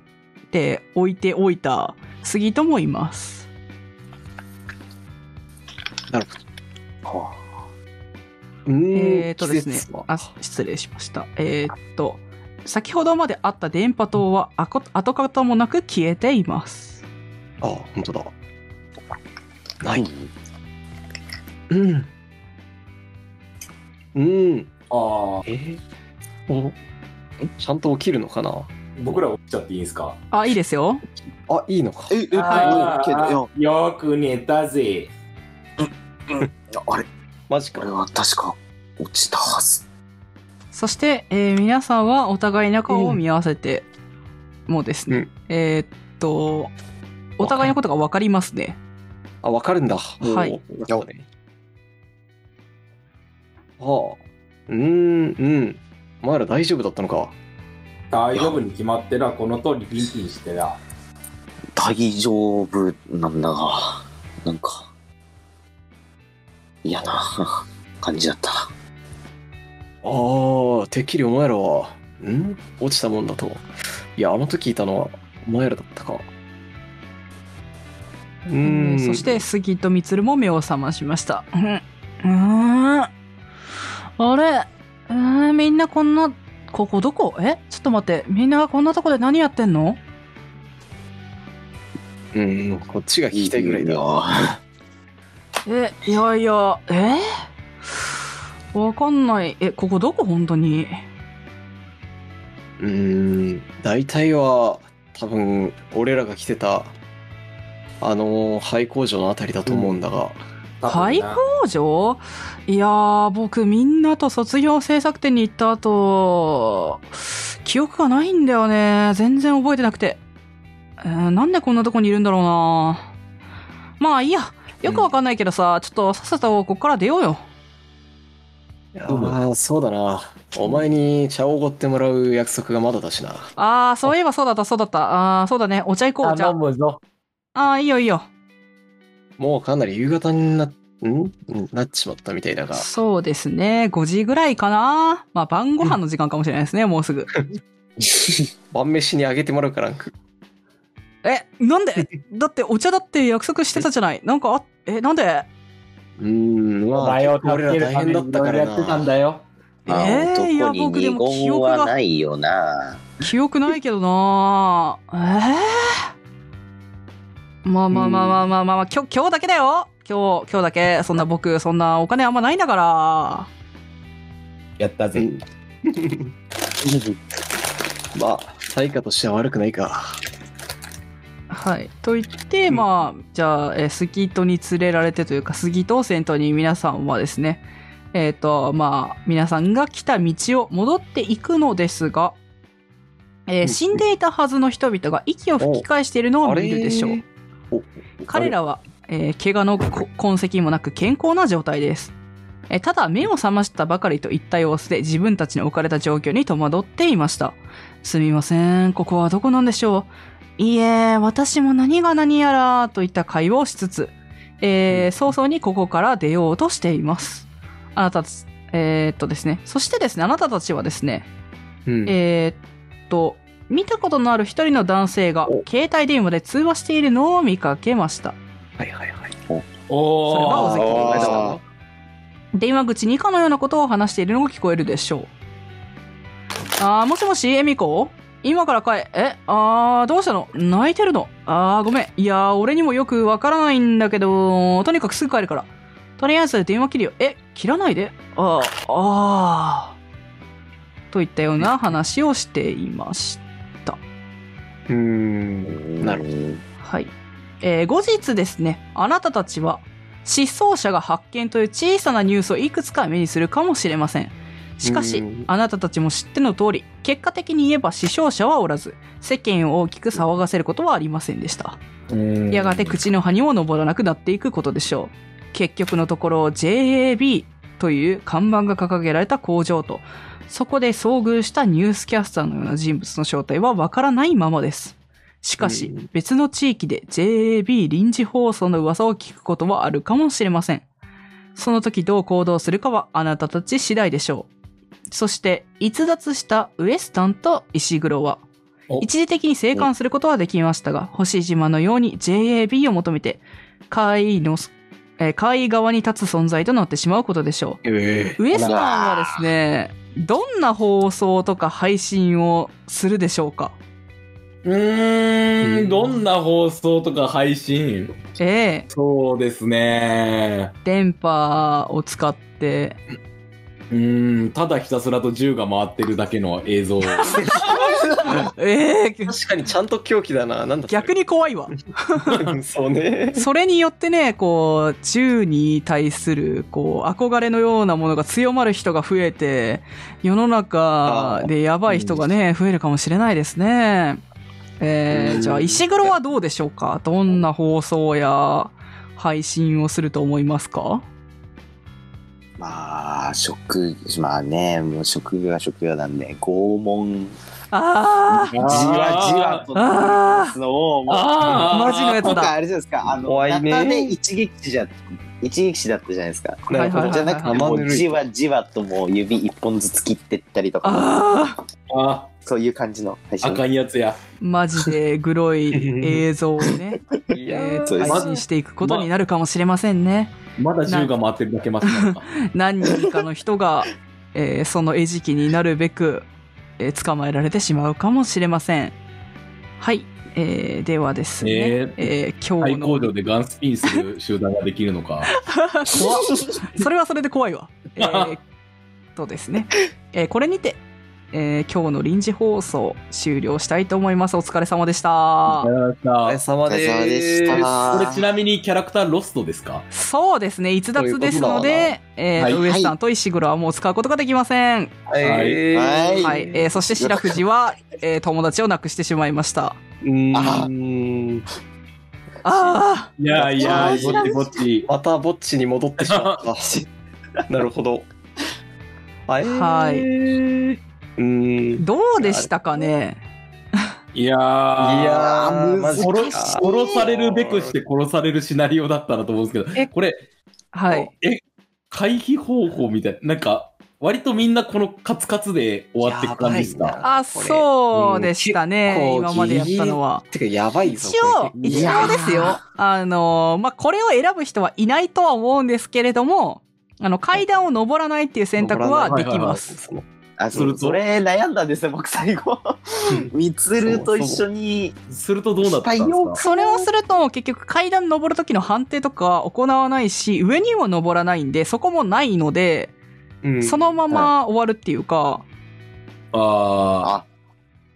[SPEAKER 1] て置いておいた杉戸もいます。
[SPEAKER 2] なるほど。うーん。
[SPEAKER 1] えー、っとですね
[SPEAKER 2] 季節は、
[SPEAKER 1] あ、失礼しました。えー、っと、先ほどまであった電波塔はあこ跡形もなく消えています。
[SPEAKER 2] あ、本当だ。ない。うん。うん。
[SPEAKER 3] ああ
[SPEAKER 2] えー、おちゃんと起きるのかな
[SPEAKER 3] 僕ら起きちゃっていいんですか
[SPEAKER 1] あ、いいですよ。
[SPEAKER 2] あ、いいのか。
[SPEAKER 4] え、え、けど、
[SPEAKER 6] あー
[SPEAKER 4] いや、
[SPEAKER 6] よく寝たぜ。
[SPEAKER 4] あれ、
[SPEAKER 2] マジ
[SPEAKER 4] こ
[SPEAKER 2] か
[SPEAKER 4] れ。は確か落ちたはず。
[SPEAKER 1] そして、えー皆さんはお互いの顔を見合わせて、もうですね、えーっと、お互いのことが分かりますね。
[SPEAKER 2] あ、わかるんだ。
[SPEAKER 1] はい
[SPEAKER 2] おー。よかったねああ。うーん、うん。お前ら大丈夫だったのか。
[SPEAKER 6] 大丈夫に決まってな、この通りピンピンしてな。
[SPEAKER 4] 大丈夫なんだが、なんか、嫌な感じだった。
[SPEAKER 2] ああ、てっきりお前らは、ん落ちたもんだと。いや、あの時いたのはお前らだったか。う
[SPEAKER 1] え
[SPEAKER 2] ーん、
[SPEAKER 1] ーそして、、杉戸光も目を覚ましました。うん。うーんあれうーんみんなこんな、ここどこえちょっと待って、みんなこんなとこで何やってんの
[SPEAKER 2] うん、こっちが聞きたいぐらいだ。
[SPEAKER 5] よ。
[SPEAKER 1] え、いやいや、えわかんない。え、ここどこ本当に。
[SPEAKER 2] うーん、大体は、多分、俺らが来てた、あの、廃工場のあたりだと思うんだが、
[SPEAKER 1] 廃工場いやー、僕みんなと卒業制作展に行った後、記憶がないんだよね。全然覚えてなくて。えーなんでこんなとこにいるんだろうな。まあいいや。よくわかんないけどさ、ちょっとさっさとこっから出ようよ。
[SPEAKER 2] いやーそうだな。お前に茶をおごってもらう約束がまだだしな。
[SPEAKER 1] あー、そういえばそうだった、そうだった。あー、そうだね。お茶行こう、お茶
[SPEAKER 3] 頼。むぞ。
[SPEAKER 1] あー、いいよいいよ。
[SPEAKER 2] もうかなり夕方にな、んうんなっちまったみたいだが、
[SPEAKER 1] そうですね。5時ぐらいかな。まあ晩ご飯の時間かもしれないですね、もうすぐ。
[SPEAKER 2] 晩飯にあげてもらうからんく。
[SPEAKER 1] え、なんでだってお茶だって約束してたじゃない。なんかあ、え、なんで
[SPEAKER 2] うーん、
[SPEAKER 3] お
[SPEAKER 2] まあ、
[SPEAKER 3] 前を
[SPEAKER 2] 結
[SPEAKER 3] 助
[SPEAKER 2] 構
[SPEAKER 3] け
[SPEAKER 2] 俺ら
[SPEAKER 3] る
[SPEAKER 2] 大
[SPEAKER 3] ため
[SPEAKER 2] 変
[SPEAKER 3] に
[SPEAKER 2] だ
[SPEAKER 3] い
[SPEAKER 2] った
[SPEAKER 3] ろ
[SPEAKER 2] か
[SPEAKER 3] いろ
[SPEAKER 2] ら
[SPEAKER 3] やってたん
[SPEAKER 2] な。
[SPEAKER 3] だよ。
[SPEAKER 5] まあ、
[SPEAKER 1] えーいや
[SPEAKER 5] 男に
[SPEAKER 1] 僕で
[SPEAKER 5] 二
[SPEAKER 1] も記
[SPEAKER 5] 言
[SPEAKER 1] 憶が
[SPEAKER 5] はないよな。
[SPEAKER 1] 記憶ないけどなえー、まあまあまあまあまあまあ、まあ、今日、今日だけだよ今日、今日だけ。そんな僕、そんなお金あんまないんだから。
[SPEAKER 3] やったぜ。
[SPEAKER 2] まあ、対価としては悪くないか。
[SPEAKER 1] はい。と言って、まあ、じゃあ、えー、スキートに連れられてというか、スキートを先頭に皆さんはですね、えっ、と、まあ、皆さんが来た道を戻っていくのですが、えー
[SPEAKER 2] うん
[SPEAKER 1] 死んでいたはずの人々が息を吹き返しているのを見るでしょ
[SPEAKER 2] あ
[SPEAKER 1] う
[SPEAKER 2] れ。お
[SPEAKER 1] 彼らは、えー怪我のこ痕跡もなく健康な状態です。えーただ目を覚ましたばかりといった様子で自分たちの置かれた状況に戸惑っていました。すみません、ここはどこなんでしょう。いいえ、私も何が何やらといった会話をしつつ、えー早々にここから出ようとしています。あなたたち、えーっとですね、そしてですね、あなたたちはですね、
[SPEAKER 2] うん。
[SPEAKER 1] えーっと、見たことのある一人の男性が携帯電話で通話しているのを見かけました。
[SPEAKER 2] はいはいはい。
[SPEAKER 6] お
[SPEAKER 1] それは
[SPEAKER 6] お
[SPEAKER 1] 尾関
[SPEAKER 2] お
[SPEAKER 1] お
[SPEAKER 2] 前
[SPEAKER 1] 前
[SPEAKER 2] だ
[SPEAKER 1] だ
[SPEAKER 2] わ
[SPEAKER 1] わ電話口に以下のようなことを話しているのが聞こえるでしょう。あー、もしもし、エミコ今から帰、え、あー、どうしたの泣いてるのあー、ごめん。いやー、俺にもよくわからないんだけど、とにかくすぐ帰るから。とりあえず電話切るよ。え、切らないであー、あー。といったような話をしていました。
[SPEAKER 2] うーん、なるほど。
[SPEAKER 1] はい。えー後日ですね、あなたたちは、失踪者が発見という小さなニュースをいくつか目にするかもしれません。しかし
[SPEAKER 2] うん、
[SPEAKER 1] あなたたちも知っての通り、結果的に言えば死傷者はおらず、世間を大きく騒がせることはありませんでした。やがて口の葉にも登らなくなっていくことでしょう。結局のところ、JAB という看板が掲げられた工場と、そこで遭遇したニュースキャスターのような人物の正体はわからないままです。しかし
[SPEAKER 2] うん、
[SPEAKER 1] 別の地域で JAB 臨時放送の噂を聞くことはあるかもしれません。その時どう行動するかはあなたたち次第でしょう。そして、逸脱したウエスタンと石黒は、
[SPEAKER 3] お
[SPEAKER 1] 一時的に生還することはできましたが、星島のように JAB を求めて、海の、えー海側に立つ存在となってしまうことでしょう。
[SPEAKER 2] ええ
[SPEAKER 1] ウエスタンはですね、どんな放送とか配信をするでしょうか
[SPEAKER 6] うーん、どんな放送とか配信
[SPEAKER 1] ええ
[SPEAKER 6] そうですね。
[SPEAKER 1] 電波を使って。
[SPEAKER 6] うーん、ただひたすらと銃が回ってるだけの
[SPEAKER 2] [LAUGHS]
[SPEAKER 6] 映像。
[SPEAKER 1] ええ
[SPEAKER 2] 確かにちゃんと狂気だな。なん
[SPEAKER 1] [LAUGHS]
[SPEAKER 2] だ
[SPEAKER 1] 逆に怖いわ。
[SPEAKER 2] に。 [LAUGHS] そうね。
[SPEAKER 1] それによってね、こう、銃に対する、こう、憧れのようなものが強まる人が増えて、世の中でやばい人がね、増えるかもしれないですね。え
[SPEAKER 2] う
[SPEAKER 1] ー、
[SPEAKER 2] ん
[SPEAKER 1] じゃあ、石黒はどうでしょうかどんな放送や配信をすると思いますか
[SPEAKER 4] まあ、職、まあね、もう職業は職業なんで、拷問、じ
[SPEAKER 1] あ
[SPEAKER 4] わじわと
[SPEAKER 1] あー
[SPEAKER 4] すのを、もう
[SPEAKER 1] あ
[SPEAKER 6] あ
[SPEAKER 1] マジのやつ
[SPEAKER 4] 今回
[SPEAKER 1] だ。
[SPEAKER 4] あれじゃないですか、あの、
[SPEAKER 2] 怖いね
[SPEAKER 4] ナタで一撃死じゃ、一撃死だったじゃないですか。
[SPEAKER 2] なるほ
[SPEAKER 1] はい
[SPEAKER 2] ど。
[SPEAKER 1] はい
[SPEAKER 4] じゃなくて、も
[SPEAKER 2] あまぬ
[SPEAKER 4] う
[SPEAKER 2] るい
[SPEAKER 4] じわじわともう指一本ずつ切ってったりとか、
[SPEAKER 1] ああ、
[SPEAKER 6] あ、
[SPEAKER 4] そういう感じの配信。
[SPEAKER 6] あかんやつや。
[SPEAKER 1] マジでグロい [LAUGHS] 映像をね、
[SPEAKER 2] いや
[SPEAKER 1] え
[SPEAKER 4] そ
[SPEAKER 1] ー、
[SPEAKER 4] うです
[SPEAKER 1] 配信していくことになるかもしれませんね。
[SPEAKER 6] まだ銃が回ってるだけマシなのか。
[SPEAKER 1] 何人かの人 [LAUGHS] が、えーその餌食になるべく、えー捕まえられてしまうかもしれません。はい。えーではですね、
[SPEAKER 3] えー
[SPEAKER 1] えー今日
[SPEAKER 3] 廃
[SPEAKER 1] の
[SPEAKER 3] 工場でガンスピンする集団ができるの
[SPEAKER 2] [LAUGHS]
[SPEAKER 3] か。
[SPEAKER 1] [LAUGHS] 怖っそれはそれで怖いわ。 [LAUGHS] えー、とですね、えーこれにて、えー今日の臨時放送終了したいと思います。お疲れ様でした。
[SPEAKER 2] お疲
[SPEAKER 3] さ
[SPEAKER 2] れ様で
[SPEAKER 4] お疲れ様で
[SPEAKER 2] ーす。
[SPEAKER 4] した
[SPEAKER 3] あこれちなみにキャラクターロストですか
[SPEAKER 1] そうですね、逸脱ですの
[SPEAKER 2] という
[SPEAKER 1] で、えー
[SPEAKER 3] はい
[SPEAKER 1] ウエスタンと石黒はもう使うことができません。
[SPEAKER 2] はい。
[SPEAKER 4] はい
[SPEAKER 1] はい、えーそして白藤
[SPEAKER 2] [LAUGHS]
[SPEAKER 1] は、えー友達を亡くしてしまいました。
[SPEAKER 2] うーん。
[SPEAKER 1] あ
[SPEAKER 3] いやい
[SPEAKER 1] あ
[SPEAKER 3] や、ぼっちぼっち。
[SPEAKER 2] またぼっちに戻ってしま [LAUGHS] った。なるほど。はい。
[SPEAKER 1] あ、は
[SPEAKER 2] う
[SPEAKER 1] い。
[SPEAKER 2] ーん。
[SPEAKER 1] どうでしたかね
[SPEAKER 3] いやー
[SPEAKER 2] いやー
[SPEAKER 3] む
[SPEAKER 2] マジか
[SPEAKER 3] 殺し殺されるべくして殺されるシナリオだったなと思うんですけ
[SPEAKER 1] え
[SPEAKER 3] ど、これ、
[SPEAKER 1] はい。
[SPEAKER 3] え、回避方法みたいな、なんか、割とみんなこのカツカツで終わっていく感じです
[SPEAKER 2] やばい
[SPEAKER 3] か。
[SPEAKER 2] な
[SPEAKER 1] あ、そうでしたね、
[SPEAKER 2] うん
[SPEAKER 1] 今までやったのは。
[SPEAKER 2] てか、やばいぞ。
[SPEAKER 1] 一応
[SPEAKER 2] こ、れ
[SPEAKER 1] 一応ですよ。あのー、まあ、これを選ぶ人はいないとは思うんですけれども、あの、階段を登らないっていう選択はできます。
[SPEAKER 2] その
[SPEAKER 4] あ
[SPEAKER 3] すると
[SPEAKER 4] それ悩んだんですよ僕最
[SPEAKER 2] [LAUGHS]
[SPEAKER 4] 後みつると一緒に
[SPEAKER 3] するとどうなったんです
[SPEAKER 4] 太陽
[SPEAKER 3] か
[SPEAKER 1] それをすると、結局階段登る時の判定とか行わないし、上にも登らないんで、そこもないので、
[SPEAKER 2] うん
[SPEAKER 1] そのまま終わるっていうか、
[SPEAKER 3] あ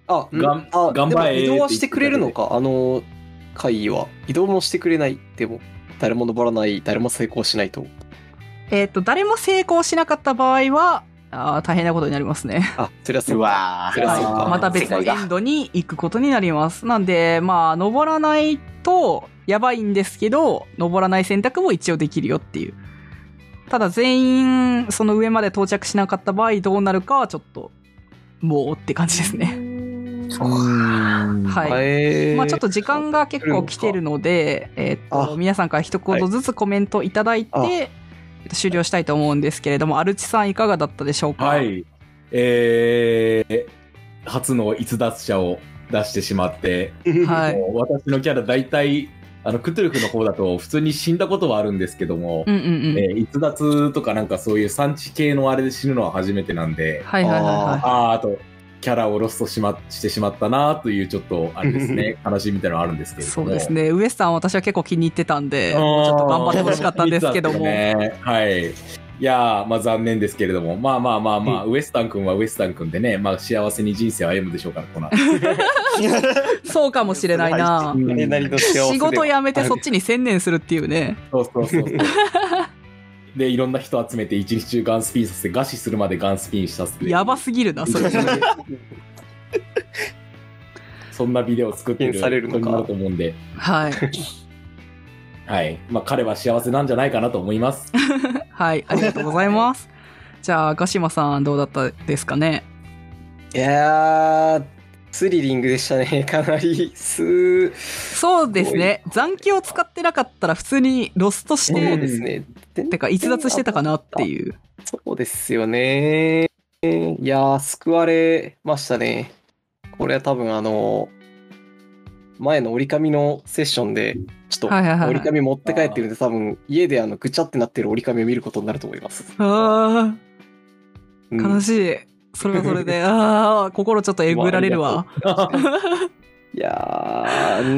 [SPEAKER 4] あ
[SPEAKER 2] あ、うん
[SPEAKER 3] がん
[SPEAKER 2] あ
[SPEAKER 3] 頑張れ
[SPEAKER 2] でも移動は
[SPEAKER 3] って言って
[SPEAKER 2] してくれるのか、あの会議は。移動もしてくれない。でも、誰も登らない、誰も成功しないと。
[SPEAKER 1] えっ、と、誰も成功しなかった場合は、あー大変なことになりますね。
[SPEAKER 2] あ、そりゃそううか。
[SPEAKER 4] わ
[SPEAKER 2] そりゃそう
[SPEAKER 3] あ
[SPEAKER 2] か。
[SPEAKER 3] ー
[SPEAKER 1] また別のエンドに行くことになります。なんで、まあ、登らないとやばいんですけど、登らない選択も一応できるよっていう。ただ全員、その上まで到着しなかった場合どうなるかはちょっと、もうって感じですね。はい。
[SPEAKER 2] はい
[SPEAKER 1] まあちょっ
[SPEAKER 2] [LAUGHS]
[SPEAKER 1] と時間が結構来てるので、えーっと、
[SPEAKER 2] あ
[SPEAKER 1] 皆さんから一言ずつコメントいただいて、
[SPEAKER 2] は
[SPEAKER 1] えっと終了したいと思うんですけれども、アルチさんいかがだったでしょうか
[SPEAKER 3] あ、はい。えー、初の逸脱者を出してしまって、
[SPEAKER 1] はい。
[SPEAKER 3] もう私のキャラ大体、あの、クトゥルフの方だと普通に死んだことはあるんですけども、
[SPEAKER 1] うんうんうん。
[SPEAKER 3] えー逸脱とかなんかそういう産地系のあれで死ぬのは初めてなんで、
[SPEAKER 1] はいはいはいはい。
[SPEAKER 3] あーあと、キャラをロストし,、ま、してしまったなという、ちょっと、あれですね、悲しみみたいなのあるんですけれど
[SPEAKER 1] そ
[SPEAKER 3] も。
[SPEAKER 1] うですね。ウエスタンは私は結構気に入ってたんで、ち
[SPEAKER 3] あー。
[SPEAKER 1] ょっと頑張ってほしかったんですけ
[SPEAKER 3] [LAUGHS]
[SPEAKER 1] ども。
[SPEAKER 3] ね、はい。いやー、まあ残念ですけれども、まあまあまあまあ、ウエスタン君はウエスタン君でね、まあ幸せに人生を歩むでしょうから、この後。
[SPEAKER 1] そうかもしれないな。
[SPEAKER 2] それなりの幸せでは
[SPEAKER 1] [LAUGHS] 仕事辞めてそっちに専念するっていうね。
[SPEAKER 3] そうそうそう
[SPEAKER 1] [LAUGHS]
[SPEAKER 3] そう。で、いろんな人集めて一日中ガンスピンさせて、餓死するまでガンスピンしたっていう
[SPEAKER 1] やばすぎるな、
[SPEAKER 3] [LAUGHS]
[SPEAKER 1] それ。は
[SPEAKER 3] そんなビデオを作ってる
[SPEAKER 2] 発見されるの
[SPEAKER 3] こと
[SPEAKER 2] か
[SPEAKER 3] になると思うんで、
[SPEAKER 1] い。
[SPEAKER 3] はい。まあ彼は幸せなんじゃないかなと思います。
[SPEAKER 1] はい。ありがとうございます。じゃあ、鹿島さんどうだったですかね。
[SPEAKER 2] いやー、スリリングでしたね。かなり、す、
[SPEAKER 1] そうですね。残機を使ってなかったら普通にロストし
[SPEAKER 2] そう
[SPEAKER 1] て、
[SPEAKER 2] ですね。
[SPEAKER 1] てか逸脱してたかなっていう。
[SPEAKER 2] そうですよね。いやー、救われましたね。これは多分あの、前の折り紙のセッションで、ちょっと
[SPEAKER 1] はいはいはい
[SPEAKER 2] 折り紙持って帰ってるんで、多分家であのぐちゃってなってる折り紙を見ることになると思い
[SPEAKER 1] [LAUGHS]
[SPEAKER 2] ます。
[SPEAKER 1] あ
[SPEAKER 2] う
[SPEAKER 1] あ、
[SPEAKER 2] ん
[SPEAKER 1] 悲しい。それはそれ
[SPEAKER 2] [LAUGHS]
[SPEAKER 1] で、ああ、心ちょっとえぐられるわ。
[SPEAKER 2] いやー、うー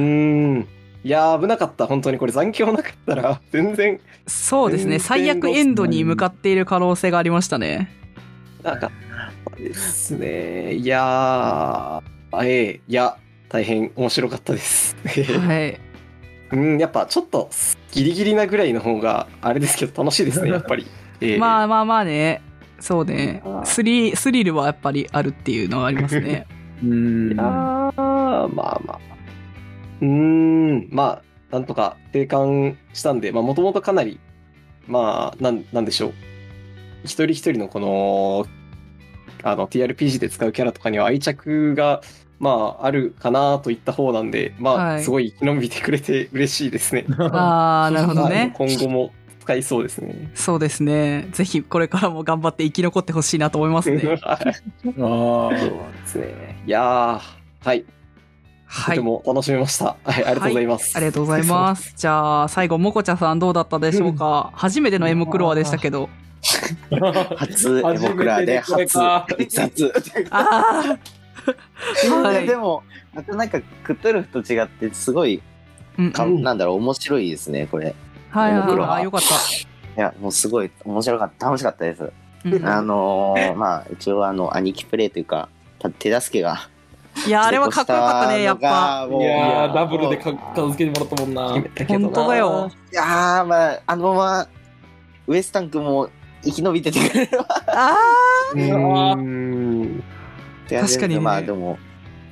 [SPEAKER 2] ん。いやー、危なかった。本当にこれ残響なかったら、全然
[SPEAKER 1] そうですね。
[SPEAKER 2] 全然
[SPEAKER 1] 最悪エンドに向かっている可能性がありましたね。
[SPEAKER 2] なかったですね。いやー、ええいや、大変面白かったです。
[SPEAKER 1] はい。
[SPEAKER 2] うん、やっぱちょっとギリギリなぐらいの方があれですけど楽しいですね、やっぱり。ええ
[SPEAKER 1] まあまあまあね。そうね
[SPEAKER 2] あ。ー
[SPEAKER 1] スリ、スリルはやっぱりあるっていうのはあります
[SPEAKER 2] [LAUGHS]
[SPEAKER 1] ね。
[SPEAKER 3] うーん。
[SPEAKER 2] あーまあまあ。うーん、まあ、なんとか定感したんで、まあもともとかなり、まあ、なん、なんでしょう。一人一人のこの、あの、TRPG で使うキャラとかには愛着が、まあ、あるかなといった方なんで、まあ、
[SPEAKER 1] はい
[SPEAKER 2] すごい生き延びてくれて嬉しいですね。
[SPEAKER 1] [LAUGHS] ああ、なるほどね。
[SPEAKER 2] はい今後も使いそうですね。
[SPEAKER 1] そうですね。ぜひこれからも頑張って生き残ってほしいなと思います
[SPEAKER 2] [LAUGHS]
[SPEAKER 1] ね。
[SPEAKER 3] あ
[SPEAKER 2] そう
[SPEAKER 3] ー
[SPEAKER 2] ですね。いやー、はい。と
[SPEAKER 1] はい
[SPEAKER 2] て。も楽しめました。はい、ありがとうございます。
[SPEAKER 1] ありがとうござい [LAUGHS] ます。じゃあ、最後、もこちゃさんどうだったでしょうか初めてのエムクロアでしたけど。
[SPEAKER 4] 初エモクラで初
[SPEAKER 3] 初めてでこれか
[SPEAKER 4] 自殺
[SPEAKER 1] ああは
[SPEAKER 4] で
[SPEAKER 1] い。
[SPEAKER 4] も、またなんか、クトゥルフと違って、すごい、
[SPEAKER 1] うん
[SPEAKER 4] かなんだろう、面白いですね、これ。
[SPEAKER 1] はいはい
[SPEAKER 4] 僕
[SPEAKER 1] はい
[SPEAKER 4] らは
[SPEAKER 1] あ。よかった。
[SPEAKER 4] いや、もうすごい、面白かった、楽しかったです。
[SPEAKER 1] うん
[SPEAKER 4] あのー、まあ、一応、あの、兄貴プレイというか、た手助けが。
[SPEAKER 1] いや、あれはかっこよかったね、やっぱ。
[SPEAKER 4] もう。
[SPEAKER 6] いやー、ダ
[SPEAKER 4] も
[SPEAKER 6] ブルでか片付けてもらったもんな。
[SPEAKER 2] 決めたけど
[SPEAKER 1] 本当だ
[SPEAKER 2] な。
[SPEAKER 1] よ。
[SPEAKER 4] ういやー、まあ、あのまま、ウエスタン君も生き延びててくれれば
[SPEAKER 1] あ
[SPEAKER 2] うーん。
[SPEAKER 4] って感じなん
[SPEAKER 1] 確か
[SPEAKER 4] で
[SPEAKER 1] にね
[SPEAKER 4] まあでも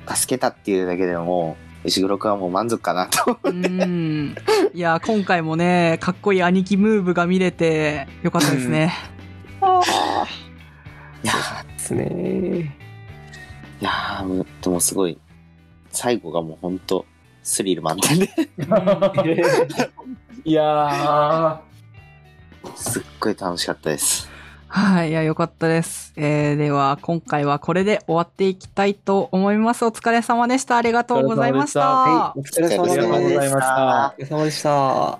[SPEAKER 4] 助けたっていうだけでも石黒君はもう満足かなと
[SPEAKER 1] あうん。いや、今回もね、かっこいい兄貴ムーブが見れて、よかったですね。
[SPEAKER 2] ですね。
[SPEAKER 4] いやーもうでもすごい最後がもうほんとスリル満点で
[SPEAKER 3] [LAUGHS]
[SPEAKER 6] いや
[SPEAKER 4] すっごい楽しかったです
[SPEAKER 1] はい、いや、よかったです。えー、では、今回はこれで終わっていきたいと思います。お疲れ様でした。ありがとうございました。
[SPEAKER 2] はい、お疲れ様
[SPEAKER 4] あ
[SPEAKER 2] でし
[SPEAKER 4] りが
[SPEAKER 2] た。
[SPEAKER 4] とうございました
[SPEAKER 2] お疲れ様でした。